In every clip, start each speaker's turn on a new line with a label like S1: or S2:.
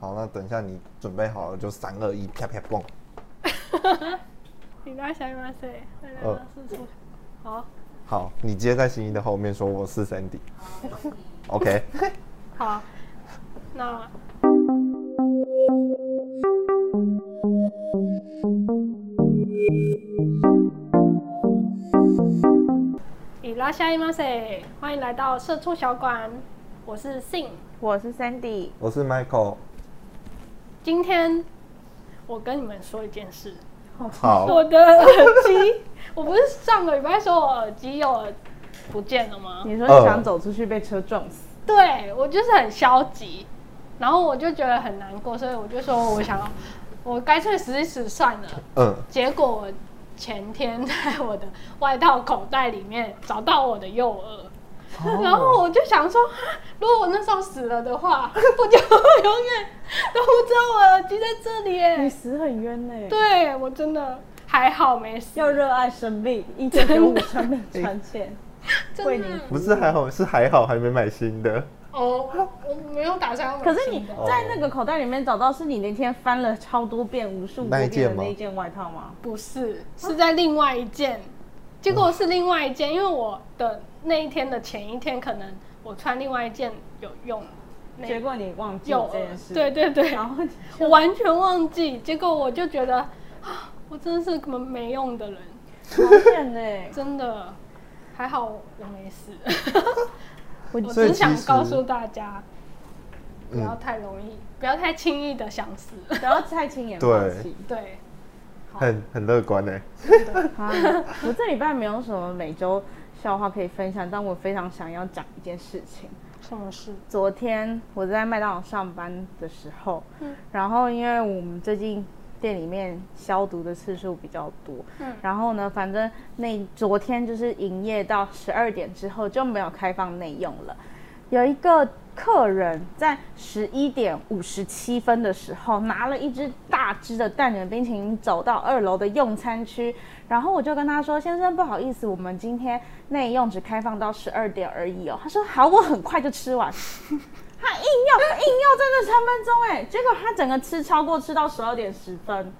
S1: 好，那等一下你准备好了就三二一，啪啪蹦。
S2: 你那小姨妈谁？
S1: 嗯
S2: 是出好，
S1: 好，你接在新一的后面说我是 Sandy。OK，
S2: 好，那伊拉夏伊马塞，欢迎来到社畜小馆，我是 Sing。
S3: 我是 Sandy，
S1: 我是 Michael。
S2: 今天我跟你们说一件事，
S1: 好，
S2: 我的耳机，我不是上个礼拜说我耳机又不见了吗？
S3: 你说
S1: 呃
S3: 你想走出去被车撞死，
S2: 对我就是很消极，然后我就觉得很难过，所以我就说我想要，我干脆死一死算了。
S1: 嗯，
S2: 结果我前天在我的外套口袋里面找到我的右耳。
S3: 哦
S2: 然后我就想说，哈如果我那时候死了的话，我就永远都不知道我耳机在这里
S3: 你
S2: 耶。
S3: 死很冤呢、
S2: 对我真的还好没死，
S3: 要热爱生命，一九九五生命传线，
S2: 真
S3: 为你
S2: 的
S1: 不是还好，是还好还没买新的。
S2: 哦，我没有打算要买
S3: 可是
S2: 新
S3: 你
S2: 的
S3: 在那个口袋里面找到是你那天翻了超多遍、无数
S1: 那一
S3: 多遍
S1: 件
S3: 的
S1: 吗
S3: 那一件外套吗？
S2: 不是，
S3: 啊
S2: 是在另外一件。结果是另外一件，因为我的那一天的前一天，可能我穿另外一件有用，那
S3: 结果你忘记
S2: 有
S3: 这件事，
S2: 对，对对，
S3: 然后你
S2: 我完全忘记。结果我就觉得啊，我真的是个没用的人，
S3: 好贱呢、
S2: 真的。还好我没死，
S3: 我
S2: 我
S1: 所以其实
S2: 只想告诉大家，不要
S1: 嗯，
S2: 太容易，不要太轻易的想死。
S3: 不要太轻言
S1: 对
S3: 放弃。
S2: 对，
S1: 很很乐观呢、 欸
S3: 啊，我这礼拜没有什么每周笑话可以分享，但我非常想要讲一件事情。
S2: 什么事？
S3: 昨天我在麦当劳上班的时候，
S2: 嗯
S3: 然后因为我们最近店里面消毒的次数比较多，
S2: 嗯
S3: 然后呢，反正那昨天就是营业到十二点之后就没有开放内用了。有一个客人在十一点五十七分的时候拿了一只大只的蛋卷冰淇淋走到二楼的用餐区，然后我就跟他说：“先生，不好意思，我们今天内用只开放到十二点而已哦。”他说：“好，我很快就吃完。”他硬要硬要在那三分钟哎，结果他整个吃超过吃到十二点十分。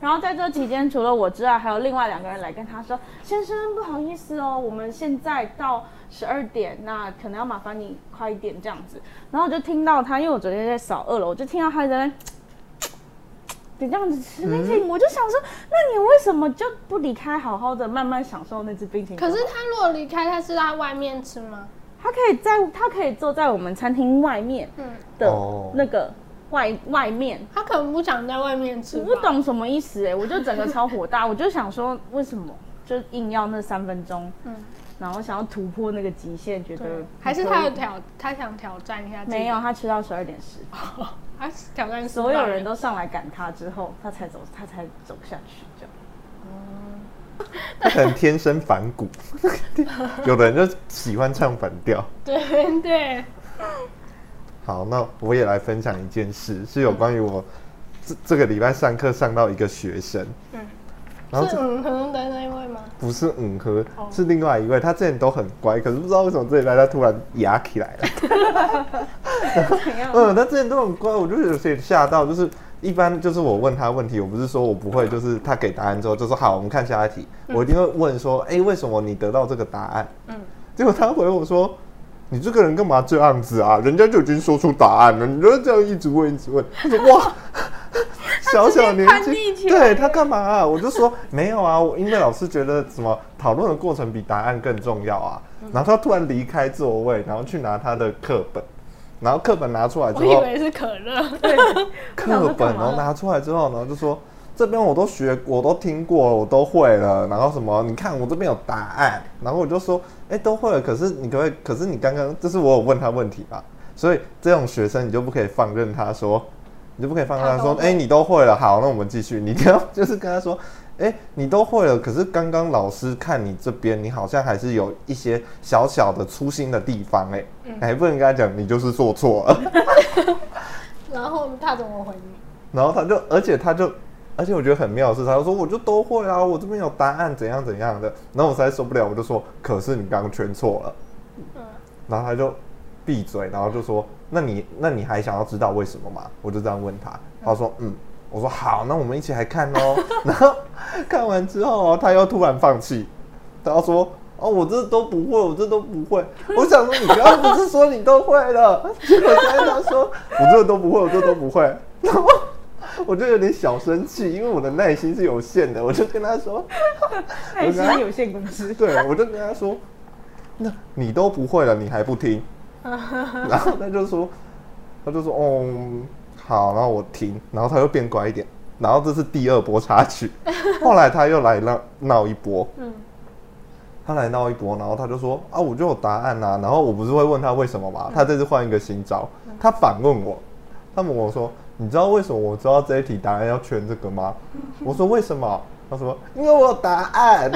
S3: 然后在这期间，除了我之外，还有另外两个人来跟他说：“先生，不好意思哦，我们现在到十二点，那可能要麻烦你快一点这样子。”然后我就听到他，因为我昨天在扫二楼，我就听到他在那边你这样子吃冰淇淋，我就想说，那你为什么就不离开，好好的慢慢享受那只冰淇淋？
S2: 可是他如果离开，他是在外面吃吗？
S3: 他可以在，他可以坐在我们餐厅外面
S2: 嗯，
S3: 的
S1: 哦
S3: 那个外外面，
S2: 他可能不想在外面吃。
S3: 我不。懂什么意思哎、我就整个超火大， 我就想说为什么就硬要那三分钟，
S2: 嗯。
S3: 然后想要突破那个极限，觉得
S2: 还是他有挑，他想挑战一下自己。
S3: 没有，他吃到十二点十，
S2: 啊他挑战失败
S3: 所有人都上来赶他之后，他才走，他才走下去这样。
S1: 他可能天生反骨，有的人就喜欢唱反调。
S2: 对对，
S1: 好，那我也来分享一件事，是有关于我这这个礼拜上课上到一个学生，
S2: 嗯，
S1: 然后
S2: 是
S1: 这
S2: 嗯哼的那一位吗？
S1: 不是嗯呵
S2: 哦，
S1: 是另外一位，他之前都很乖，可是不知道为什么这礼拜他突然哑起来了。
S3: 怎样？
S1: 嗯，他之前都很乖，我就有点吓到，就是一般就是我问他问题，我不是说我不会，就是他给答案之后就说好，我们看下一题，我一定会问说，哎、为什么你得到这个答案？
S2: 嗯，
S1: 结果他回我说。你这个人干嘛这样子啊？人家就已经说出答案了，你就这样一直问一直问。他说 哇，小小年
S2: 叛逆
S1: 纪，
S2: 起来
S1: 对他干嘛啊？我就说没有啊，我因为老师觉得什么讨论的过程比答案更重要啊。
S2: 嗯
S1: 然后他突然离开座位，然后去拿他的课本，然后课本拿出来之
S2: 我
S1: 后，
S2: 以为是可乐。
S1: 课本然后拿出来之后，然后就说这边我都学，我都听过了，我都会了，然后什么，你看我这边有答案，然后我就说，哎、都会了，可是你可不可以？可是你刚刚这是我有问他问题吧？所以这种学生你就不可以放任他说，你就不可以放任他说
S2: 他都，会
S1: 哎、你都会了，好，那我们继续，你一定要 就是跟他说。哎、你都会了，可是刚刚老师看你这边，你好像还是有一些小小的粗心的地方、哎、
S2: 嗯
S1: 你还不能跟他讲你就是做错了。
S2: 然后他怎么回你？
S1: 然后他就，而且他就，而且我觉得很妙的是，他就说我就都会啊，我这边有答案，怎样怎样的。然后我实在受不了，我就说，可是你刚刚圈错了。
S2: 嗯
S1: 然后他就闭嘴，然后就说那你那你还想要知道为什么吗？我就这样问他，他说嗯，我说好，那我们一起来看哦。 然后看完之后，他又突然放弃，他说哦，我这都不会，我这都不会。我想说你刚刚不是说你都会了，结果现在他说我这都不会，我这都不会。 然后我就有点小生气，因为我的耐心是有限的，我就跟他说，
S2: 哎
S3: 还
S2: 啊
S3: 是有限 公司。
S1: 对，我就跟他说，那你都不会了，你还不听？然后他就说，他就说，哦，好，然后我听，然后他又变乖一点，然后这是第二波插曲，后来他又来闹闹一波，
S2: 嗯，
S1: 他来闹一波，然后他就说啊，我就有答案呐、然后我不是会问他为什么吗？他这次换一个新招，他反问我，他问我说，你知道为什么我知道这一题答案要圈这个吗？我说为什么？他说因为我有答案，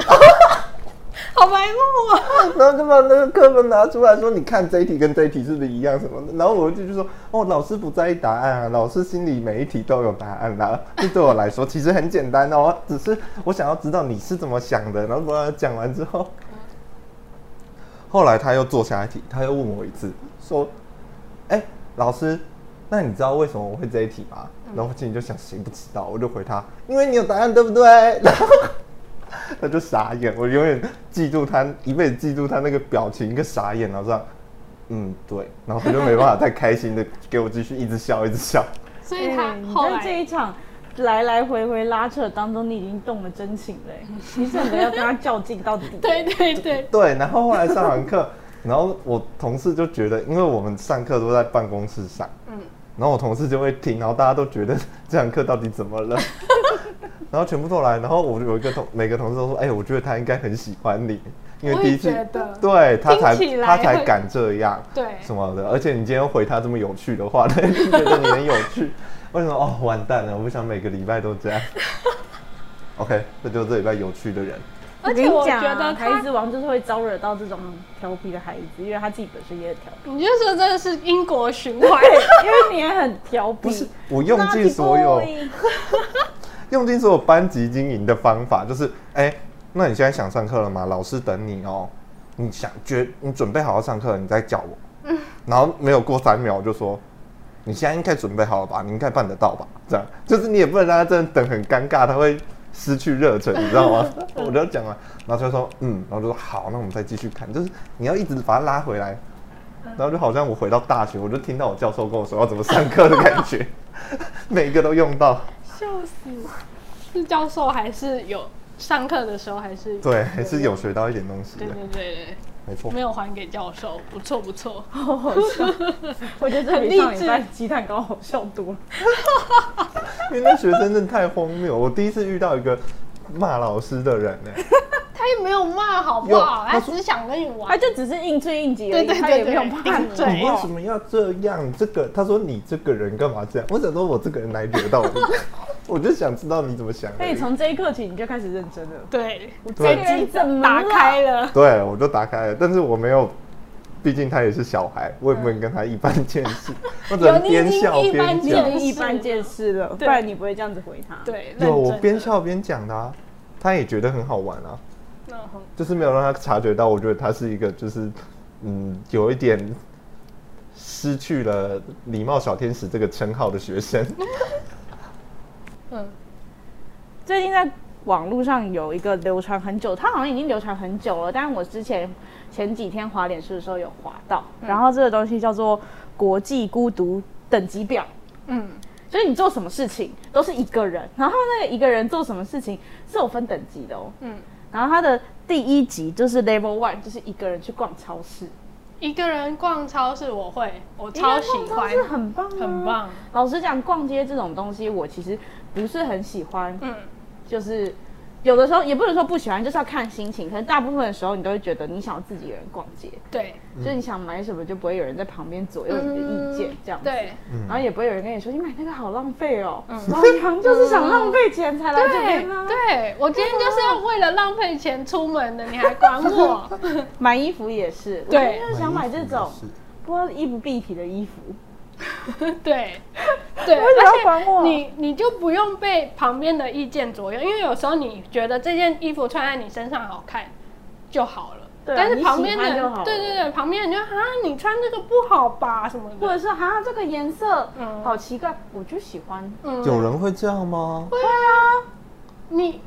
S2: 好白目啊！
S1: 然后就把那个课本拿出来说，你看这一题跟这一题是不是一样什么的？然后我就就说，哦，老师不在意答案啊，老师心里每一题都有答案啦、这对我来说其实很简单哦，只是我想要知道你是怎么想的。然后把它讲完之后，后来他又做下一题，他又问我一次，说，哎、老师。那你知道为什么我会这一题吗？然后我心里就想，谁不知道？我就回他，因为你有答案，对不对？ 然后 他就傻眼，我永远记住他，一辈子记住他那个表情，一个傻眼，然后这样，嗯，对，然后他就没办法再开心的给我继续一直笑，一直笑。
S2: 所以他
S3: 嗯
S2: 啊后
S3: 在这
S2: 来
S3: 一场来来回回拉扯当中，你已经动了真情了欸，你准备要跟他较劲到底。
S2: 对对对，
S1: 对，然后后来上完 课，然后我同事就觉得，因为我们上课都在办公室上，
S2: 嗯，
S1: 然后我同事就会听，然后大家都觉得 这堂课到底怎么 了，然后全部都来，然后我有一个同每个同事都说，哎、我觉得他应该很喜欢你，因
S2: 我
S1: 为
S2: 也
S1: 第一次
S2: 觉得，
S1: 对他才
S2: 听起来
S1: 他才
S2: 会
S1: 敢这样，
S2: 对
S1: 什么的，而且你今天回他这么有趣的话，他 就觉得你很有趣。为什么？哦，完蛋了，我不想每个礼拜都这样。OK，这就是这礼拜有趣的人。
S2: 而且我
S3: 跟你
S2: 觉
S3: 讲啊
S2: 得
S3: 孩
S2: 他，
S3: 子王就是会招惹到这种调皮的孩子，因为他自己本身也很调皮，
S2: 你就说这个是因果循 环，
S3: 因为你也很调皮。
S1: 不是，我用尽所有
S3: Naughty boy
S1: 用尽所有班级经营的方法，就是哎、那你现在想上课了吗？老师等你哦。你想觉你准备好好上课了，你再叫我。然后没有过三秒我就说，你现在应该准备好了吧？你应该办得到吧？这样就是你也不能让他真的等很尴尬，他会失去热忱，你知道吗？我就讲完，然后他就说嗯，然后就说好，那我们再继续看，就是你要一直把他拉回来。然后就好像我回到大学，我就听到我教授跟我说要怎么上课的感觉， 每一个都用到。
S2: 笑死！是教授还是有上课的时候还是
S1: 对，还是有学到一点东西的
S2: 对，对对
S1: 没错
S2: 对，。没有还给教授，不错不错。
S3: 好好笑， 我觉得这比上礼拜鸡蛋糕好笑多了。
S1: 因为那学生真的太荒谬，我第一次遇到一个骂老师的人呢、
S2: 他也没有骂好不
S1: 有
S2: 好，他
S1: 他说
S2: 啊只是想跟你
S3: 他
S2: 玩。
S3: 就只是应对应急而已，
S2: 对对
S3: 他
S2: 对
S3: 也没有怕
S2: 对
S3: 你。
S2: 对
S1: 你为什么要这样？这个他说你这个人干嘛这样？我想说我这个人哪里惹到 你？我就想知道你怎么想而
S3: 所
S1: 已。
S3: 以从这一刻起，你就开始认真了。
S2: 对，我
S1: 对
S2: 这集
S3: 怎么
S2: 打
S3: 了
S2: 开了，
S1: 对我就打开了，但是我没有，毕竟他也是小孩，我也不能跟他一般见识，我只能
S2: 有你已经
S1: 边笑
S2: 一般
S1: 边
S3: 你
S2: 见
S1: 讲
S2: 识。
S3: 能一般见识了，不
S2: 对
S3: 然你不会这样子回他。，
S2: 对，认
S1: 有我
S2: 真
S1: 边
S2: 的，
S1: 笑边讲的、啊，他也觉得很好玩啊。
S2: 那很
S1: 就是没有让他察觉到，我觉得他是一个就是嗯有一点失去了礼貌小天使这个称号的学生。
S2: 嗯，
S3: 最近在网络上有一个流传很久，它好像已经流传很久了，但是我之前前几天滑脸书的时候有滑到，
S2: 嗯
S3: 然后这个东西叫做国际孤独等级表。
S2: 嗯，
S3: 就是你做什么事情都是一个人，然后那个一个人做什么事情是有分等级的哦。
S2: 嗯，
S3: 然后他的第一集就是 Level One，就是一个人去逛超市，
S2: 一个人逛超市我会，我超喜
S3: 一个人逛
S2: 欢
S3: 超市，很棒、啊，
S2: 很。棒，
S3: 老实讲，逛街这种东西我其实不是很喜欢，
S2: 嗯，
S3: 就是有的时候也不能说不喜欢，就是要看心情。可能大部分的时候你都会觉得你想要自己一个人逛街，
S2: 对，
S3: 就是你想买什么就不会有人在旁边左右你的意见
S2: 嗯
S3: 这样子。
S2: 对，
S3: 然后也不会有人跟你说你买那个好浪费哦，
S2: 嗯
S3: 老娘就是想浪费钱才来这
S2: 对
S3: 边啊。
S2: 对，啊我今天就是为了浪费钱出门的，你还管我？
S3: 买衣服也是，
S2: 对
S3: 我今天就是想买这种不过衣不蔽体的衣服，
S2: 对，对，
S3: 为什么要
S2: 而且
S3: 管我
S2: 你你就不用被旁边的意见左右，因为有时候你觉得这件衣服穿在你身上好看就好了，
S3: 对啊
S2: 但是
S3: 你
S2: 旁
S3: 喜
S2: 边
S3: 欢就
S2: 的
S3: 好
S2: 对对
S3: 了
S2: 对，旁边人就啊，你穿这个不好吧什么
S3: 或者
S2: 的，
S3: 是哈这个颜色、
S2: 嗯
S3: 好奇怪，我就喜欢。
S2: 嗯
S1: 有人会这样吗？
S2: 会啊，你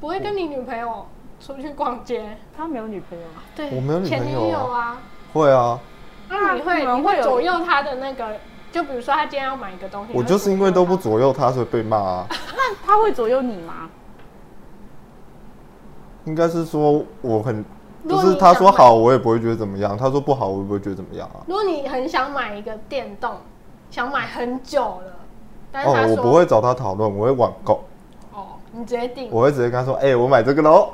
S2: 不会跟你女朋友出去逛街？
S3: 他没有女朋友，
S2: 对，
S1: 我没有女
S2: 前
S1: 朋
S2: 女
S1: 友啊
S2: 友啊，
S1: 会啊，
S2: 那你会
S3: 那
S2: 你
S3: 你们会
S2: 会
S3: 有
S2: 左右她的那个，就比如说她今天要买一个东西，
S1: 我
S2: 你会
S1: 就是因为都不
S2: 左右
S1: 左右他，所以被骂啊。
S3: 那他会左右你吗？
S1: 应该是说我很，
S2: 如
S1: 就
S2: 果
S1: 是
S2: 你
S1: 他
S2: 想
S1: 说
S2: 买
S1: 好，我也不会觉得怎么样；他说不好，我也不会觉得怎么样啊
S2: 她。如果你很想买一个电动，想买很久了，但是
S1: 哦
S2: 她，说
S1: 我不会找他讨论，我会网购，
S2: 哦，你直接订，
S1: 我会直接跟他说：“哎、我买这个 喽。”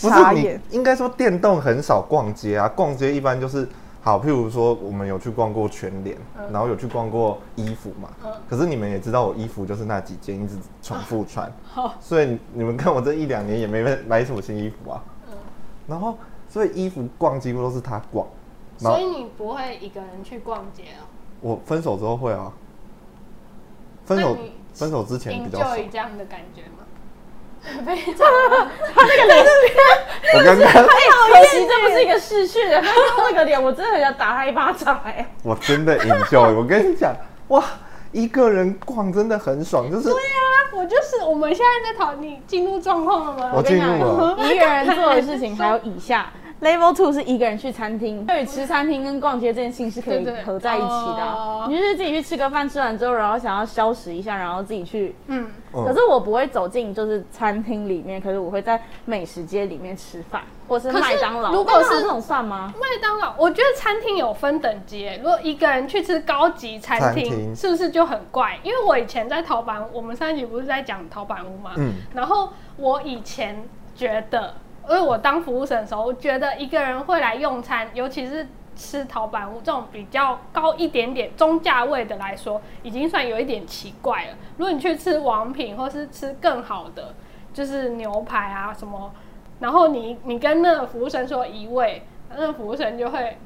S1: 不
S3: 傻
S1: 是你
S3: 眼，
S1: 应该说电动很少逛街啊，逛街一般就是好，譬如说我们有去逛过全联，然后有去逛过衣服嘛。
S2: 嗯
S1: 可是你们也知道，我衣服就是那几件，一直重复穿，
S2: 好
S1: 所以你们看我这一两年也没买什么新衣服啊。
S2: 嗯
S1: 然后，所以衣服逛几乎都是他逛。然
S2: 所
S1: 后
S2: 以你不会一个人去逛街哦。
S1: 我分手之后会啊，分手
S2: 那你
S1: 分手之前比较少。
S2: enjoy 这样的感觉吗？ 非 常
S1: 我刚
S2: 哎
S1: 刚
S3: 可惜这不是一个逝去的，他刚刚那个脸，我真的很想打他一巴掌哎、
S1: 我真的 enjoy，我跟你讲，哇，一个人逛真的很爽，就是
S2: 啊，我就是我们现在在讨你进入状况了吗？
S1: 我进入啊了。
S3: 一个人做的事情还有以下 level two 是一个人去餐厅，对于吃餐厅跟逛街这件事情是可以
S2: 对对
S3: 合在一起的啊、
S2: 哦
S3: 你就是自己去吃个饭，吃完之后，然后想要消食一下，然后自己去。
S2: 嗯，
S1: 嗯
S3: 可是我不会走进就是餐厅里面，可是我会在美食街里面吃饭，或是
S2: 可是
S3: 麦当劳。
S2: 如果是
S3: 麦当劳这种算吗？
S2: 麦当劳，我觉得餐厅有分等级欸耶。如果一个人去吃高级餐
S1: 餐厅
S2: 厅，是不是就很怪？因为我以前在陶板，我们上一集不是在讲陶板屋嘛，
S1: 嗯
S2: 然后我以前觉得，因为我当服务生的时候，我觉得一个人会来用餐，尤其是吃陶板屋这种比较高一点点中价位的来说，已经算有一点奇怪了。如果你去吃王品或是吃更好的，就是牛排啊什么，然后你你跟那个服务生说一位，那个服务生就会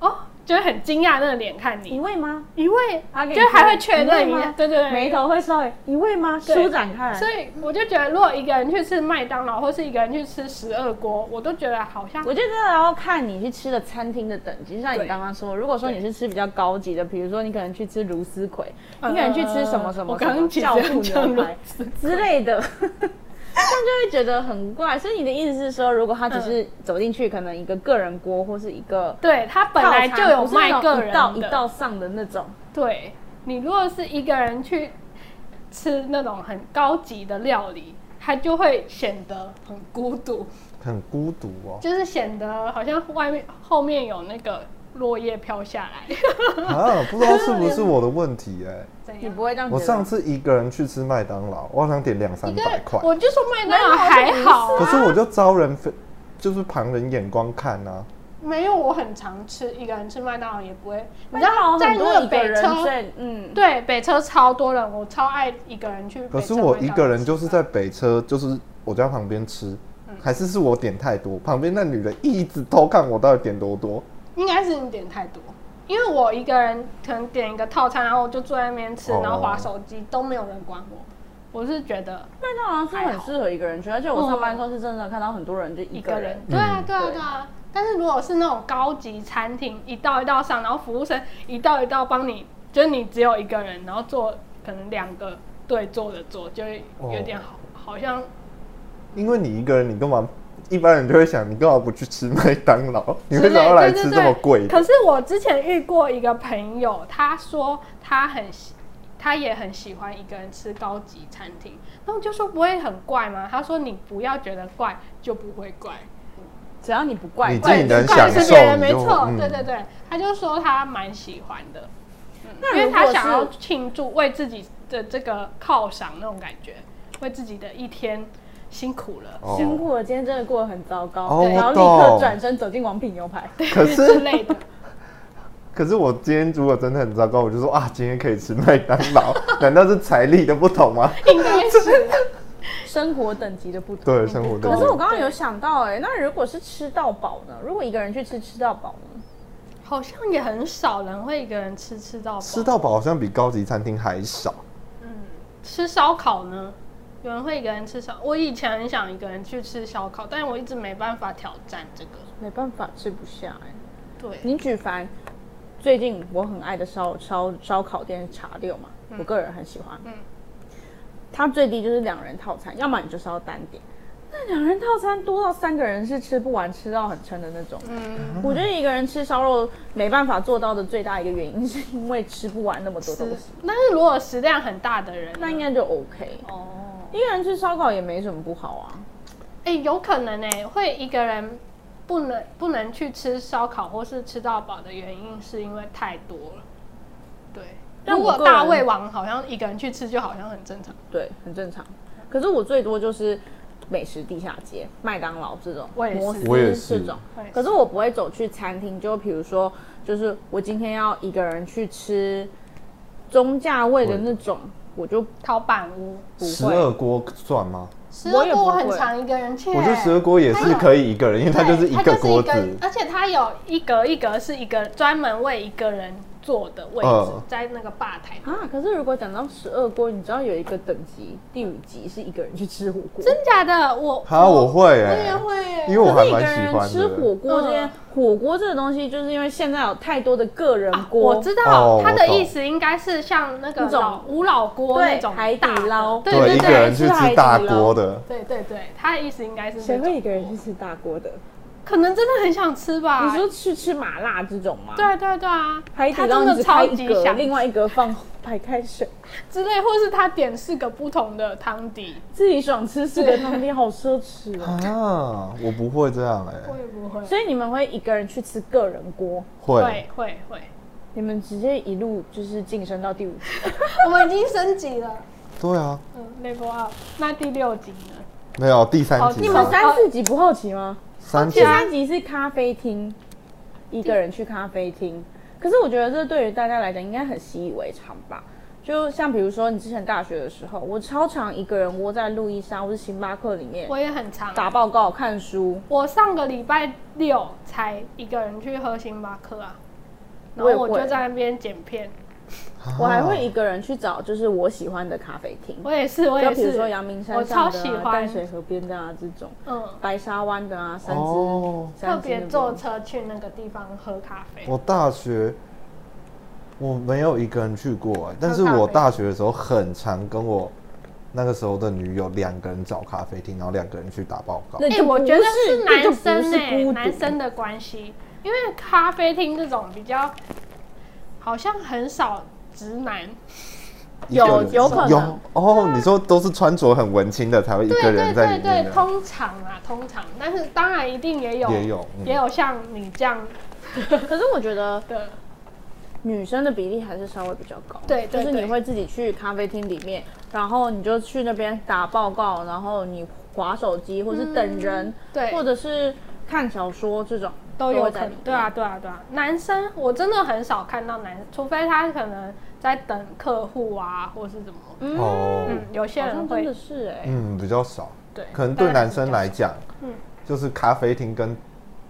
S2: 哦，就会很惊讶那个脸看
S3: 一
S2: 你。
S3: 位吗？
S2: 一位
S3: 他给你
S2: 就还会确认
S3: 一
S2: 一
S3: 位
S2: 下
S3: 吗，
S2: 对对对，
S3: 眉头会稍微一位吗？
S2: 对
S3: 舒展开来。
S2: 所以我就觉得，如果一个人去吃麦当劳，或是一个人去吃十二锅，我都觉得好像
S3: 我觉得真的要看你去吃的餐厅的等级，就像你
S2: 对
S3: 刚刚说，如果说你是吃比较高级的，比如说你可能去吃芦丝葵，
S2: 呃
S3: 你可能去吃什么什么
S2: 我刚刚
S3: 什么教父
S2: 其实很想
S3: 牛排之类 的，这样就会觉得很怪。所以你的意思是说，如果他只是走进去，可能一个个人锅或是一个
S2: 对他本
S3: 套餐。
S2: 来就有
S3: 不是那
S2: 卖
S3: 种
S2: 个人
S3: 一道
S2: 的
S3: 一道上的那种，
S2: 对你如果是一个人去吃那种很高级的料理，他就会显得很孤独，
S1: 很孤独哦。
S2: 就是显得好像外面后面有那个落叶飘下来。
S1: 啊，不知道是不是我的问题哎、
S2: 怎
S3: 你
S2: 样
S3: 不会这样觉
S1: 我
S3: 得？
S1: 上次一个人去吃麦当劳，我好像点两三百块，
S2: 我就说麦当劳
S3: 麦
S2: 还
S3: 当劳
S1: 可
S2: 好
S3: 就不是
S2: 啊，
S1: 是我就招人非，就是旁人眼光看啊。
S2: 没有我很常吃，一个人吃麦当劳也不会。你
S3: 麦
S2: 知
S3: 当劳
S2: 道在
S3: 很
S2: 那
S3: 多
S2: 个
S3: 一个
S2: 北
S3: 人
S2: 车，
S3: 最嗯，
S2: 对，北车超多人，我超爱一个人去。
S1: 可是我一个人就是在，北车，就是我家旁边吃，
S2: 嗯
S1: 还是是我点太多，旁边那女人一直偷看我到底点多多。
S2: 应该是你点太多，因为我一个人可能点一个套餐，然后我就坐在那边吃，
S1: 哦
S2: 然后划手机，都没有人管我。我是觉得
S3: 麦当劳是很适合一个人去，而且我上班的时候是真的看到很多人就
S2: 一
S3: 一
S2: 个
S3: 个
S2: 人
S3: 人，，
S2: 对啊
S1: 嗯，
S2: 对啊，对啊。但是如果是那种高级餐厅，一道一道上，然后服务生一道一道帮你，就是你只有一个人，然后坐可能两个对坐着坐，就会有点好，
S1: 哦
S2: 好像
S1: 因为你一个人，你干嘛？一般人就会想，你干嘛不去吃麦当劳？你为
S2: 之
S1: 什
S2: 类
S1: 么要来
S2: 对
S1: 吃
S2: 对
S1: 这么
S2: 对
S1: 贵的？
S2: 可是我之前遇过一个朋友，他说他很喜，他也很喜欢一个人吃高级餐厅。那我就说不会很怪吗？他说你不要觉得怪，就不会怪。
S3: 只要你不怪，
S1: 你自
S3: 怪
S1: 己能
S3: 人
S2: 怪
S1: 享
S2: 是
S1: 受
S2: 别人
S1: 你
S2: 没
S1: 就
S2: 错，
S1: 嗯
S2: 对对对，他就说他蛮喜欢的，
S3: 那
S2: 因为
S3: 如
S2: 他
S3: 果
S2: 想要
S3: 是
S2: 庆祝为自己的这个犒赏那种感觉，为自己的一天辛苦 了。
S1: 哦
S3: 辛苦了，今天真的过得很糟糕，
S1: 哦
S3: 对然后
S1: 我
S3: 立
S1: 懂
S3: 刻转身走进王品牛排。
S1: 可
S2: 之
S1: 是
S2: 类的，
S1: 可是我今天如果真的很糟糕，我就说啊，今天可以吃麦当劳，难道是财力的不同吗？
S2: 应该是
S3: 生活等级的不同。
S1: 对，生活的
S3: 可是我刚刚
S2: 对
S3: 有想到、哎，那如果是吃到饱呢？如果一个人去吃吃到饱呢？
S2: 好像也很少人会一个人吃吃到饱。
S1: 吃到饱好像比高级餐厅还少。
S2: 吃烧烤呢？有人会一个人吃烧，我以前很想一个人去吃烧烤，但是我一直没办法挑战这个。
S3: 没办法吃不下哎、
S2: 对，
S3: 林举凡最近我很爱的烧烧烧烤店是茶六嘛，我个人很喜欢。
S2: 嗯
S3: 它最低就是两人套餐，要么你就是要单点。那两人套餐多到三个人是吃不完，吃到很撑的那种。
S2: 嗯，
S3: 我觉得一个人吃烧肉没办法做到的最大一个原因，是因为吃不完那么多东西。
S2: 但是如果食量很大的人呢，
S3: 那应该就 OK。
S2: 哦，
S3: 一个人吃烧烤也没什么不好啊。
S2: 哎、有可能哎、会一个人不能不能去吃烧烤或是吃到饱的原因，是因为太多了。对，
S3: 但
S2: 如
S3: 我
S2: 果
S3: 个人
S2: 大胃王好像一个人去吃，就好像很正常。
S3: 对，很正常。可是我最多就是美食地下街、麦当劳这种，
S2: 我也是
S3: 摩斯
S1: 我也是
S3: 这种
S2: 我也。是
S3: 可是我不会走去餐厅，就比如说，就是我今天要一个人去吃中价位的那种，我就
S2: 陶板屋，
S3: 不
S1: 十
S3: 会。
S1: 二锅算吗？
S2: 十
S3: 我
S2: 二
S3: 也
S2: 锅
S3: 不
S2: 我
S3: 会
S2: 很常一个人去、
S1: 我觉得十二
S2: 欸。
S1: 锅也是可以一个人，因为它
S2: 对
S1: 就是一个锅子
S2: 它。就是一个而且它有一格一格是一个专门为一个人坐的位置，
S1: 嗯
S2: 在那个吧台。
S3: 啊，可是如果讲到十二锅，你知道有一个等级，第五级是一个人去吃火锅，
S2: 真假的？我
S1: 好，我会
S2: 我
S1: 哎
S2: 也，会欸、
S1: 因为我
S3: 可
S1: 还
S3: 是一个
S1: 蛮
S3: 人
S1: 喜欢
S3: 吃
S1: 的。
S3: 火锅这件、
S2: 嗯
S3: 火锅这个东西，就是因为现在有太多的个人
S2: 啊
S3: 锅，
S2: 我知道
S1: 哦
S2: 他
S1: 我
S2: 的
S1: 懂
S2: 意思应该是像那个
S3: 那种
S2: 老五老锅
S3: 对
S2: 那种
S3: 海底
S2: 大的
S3: 捞
S2: 对对
S1: 一个人
S2: 对
S1: 去吃大锅的，
S2: 对对对，他的意思应该是这
S3: 谁
S2: 种
S3: 会一个人去吃大锅的？
S2: 可能真的很想吃吧？
S3: 你说去吃麻辣这种吗？
S2: 对对对啊，
S3: 海底
S2: 他
S3: 捞
S2: 真
S3: 你
S2: 的
S3: 只开
S2: 超
S3: 一
S2: 级
S3: 格，
S2: 想
S3: 另外一格放白开水，
S2: 之类，或是他点四个不同的汤底，
S3: 自己爽吃四个汤底，好奢侈哦。
S1: 啊，我不会这样哎、
S2: 会不会？
S3: 所以你们会一个人去吃个人锅，
S1: 会
S2: 会会 会，
S3: 你们直接一路就是晋升到第五级，
S2: 我们已经升级了，
S1: 对啊，
S2: 嗯，level up。那第六集呢？
S1: 没有第三
S2: 哦
S1: 集啊，
S2: 你
S3: 你们
S2: 好
S3: 三四级不好奇吗？
S1: 三
S3: 第
S1: 集
S2: 啊
S1: 啊
S3: 三级是咖啡厅，一个人去咖啡厅。可是我觉得这对于大家来讲应该很习以为常吧。就像比如说你之前大学的时候，我超常一个人窝在路易莎或是星巴克里面
S2: 我也很常
S3: 打报告、看书，
S2: 我上个礼拜六才一个人去喝星巴克啊，然
S3: 我
S2: 后
S3: 也
S2: 我
S3: 会
S2: 就在那边剪片。哦
S3: 我还会一个人去找就是我喜欢的咖啡厅，
S2: 我也是，我也。
S3: 就是比如说阳明山
S2: 我超
S3: 上的
S2: 喜
S3: 啊、
S2: 欢
S3: 淡，水河边的啊这种，
S2: 嗯，
S3: 白沙湾的啊，三芝、
S1: 哦
S3: 三
S2: 特
S3: 芝那
S2: 别
S3: 边
S2: 坐车去那个地方喝咖啡。
S1: 我大学我没有一个人去过、欸，但是我大学的时候很常跟我那个时候的女友两个人找咖啡厅，然后两个人去打报告。
S3: 那
S2: 哎、
S3: 就不
S2: 我
S3: 是、
S2: 觉得是
S3: 那就
S2: 男
S3: 不
S2: 生
S3: 是
S2: 哎、
S3: 孤独
S2: 男生的关系，因为咖啡厅这种比较，好像很少直男。
S3: 有
S1: 一个人
S3: 有可能
S1: 有哦，你说都是穿着很文青的才会一个
S2: 对
S1: 人
S2: 对
S1: 在
S2: 啊对
S1: 里面
S2: 对，
S1: 的，
S2: 通常啊，通常，但是当然一定也有
S1: 也有嗯
S2: 也有像你这样
S3: 可是我觉得
S2: 的，
S3: 女生的比例还是稍微比较高，
S2: 对对
S3: 就是你
S2: 对
S3: 会自己去咖啡厅里面，然后你就去那边打报告，然后你划手机或是等人，
S2: 嗯对
S3: 或者是看小说这种
S2: 都有
S3: 会
S2: 可
S3: 在里
S2: 能
S3: 面。。
S2: 对啊，对啊，对啊，男生我真的很少看到男生，除非他可能在等客户啊，或是怎么。嗯
S1: 哦，
S2: 有些
S3: 好
S2: 人
S3: 像真的
S2: 会
S3: 是哎、
S1: 嗯，比较少。
S2: 对，
S1: 可能对
S2: 当然
S1: 男生
S2: 比较
S1: 来讲，
S2: 嗯
S1: 就是咖啡厅跟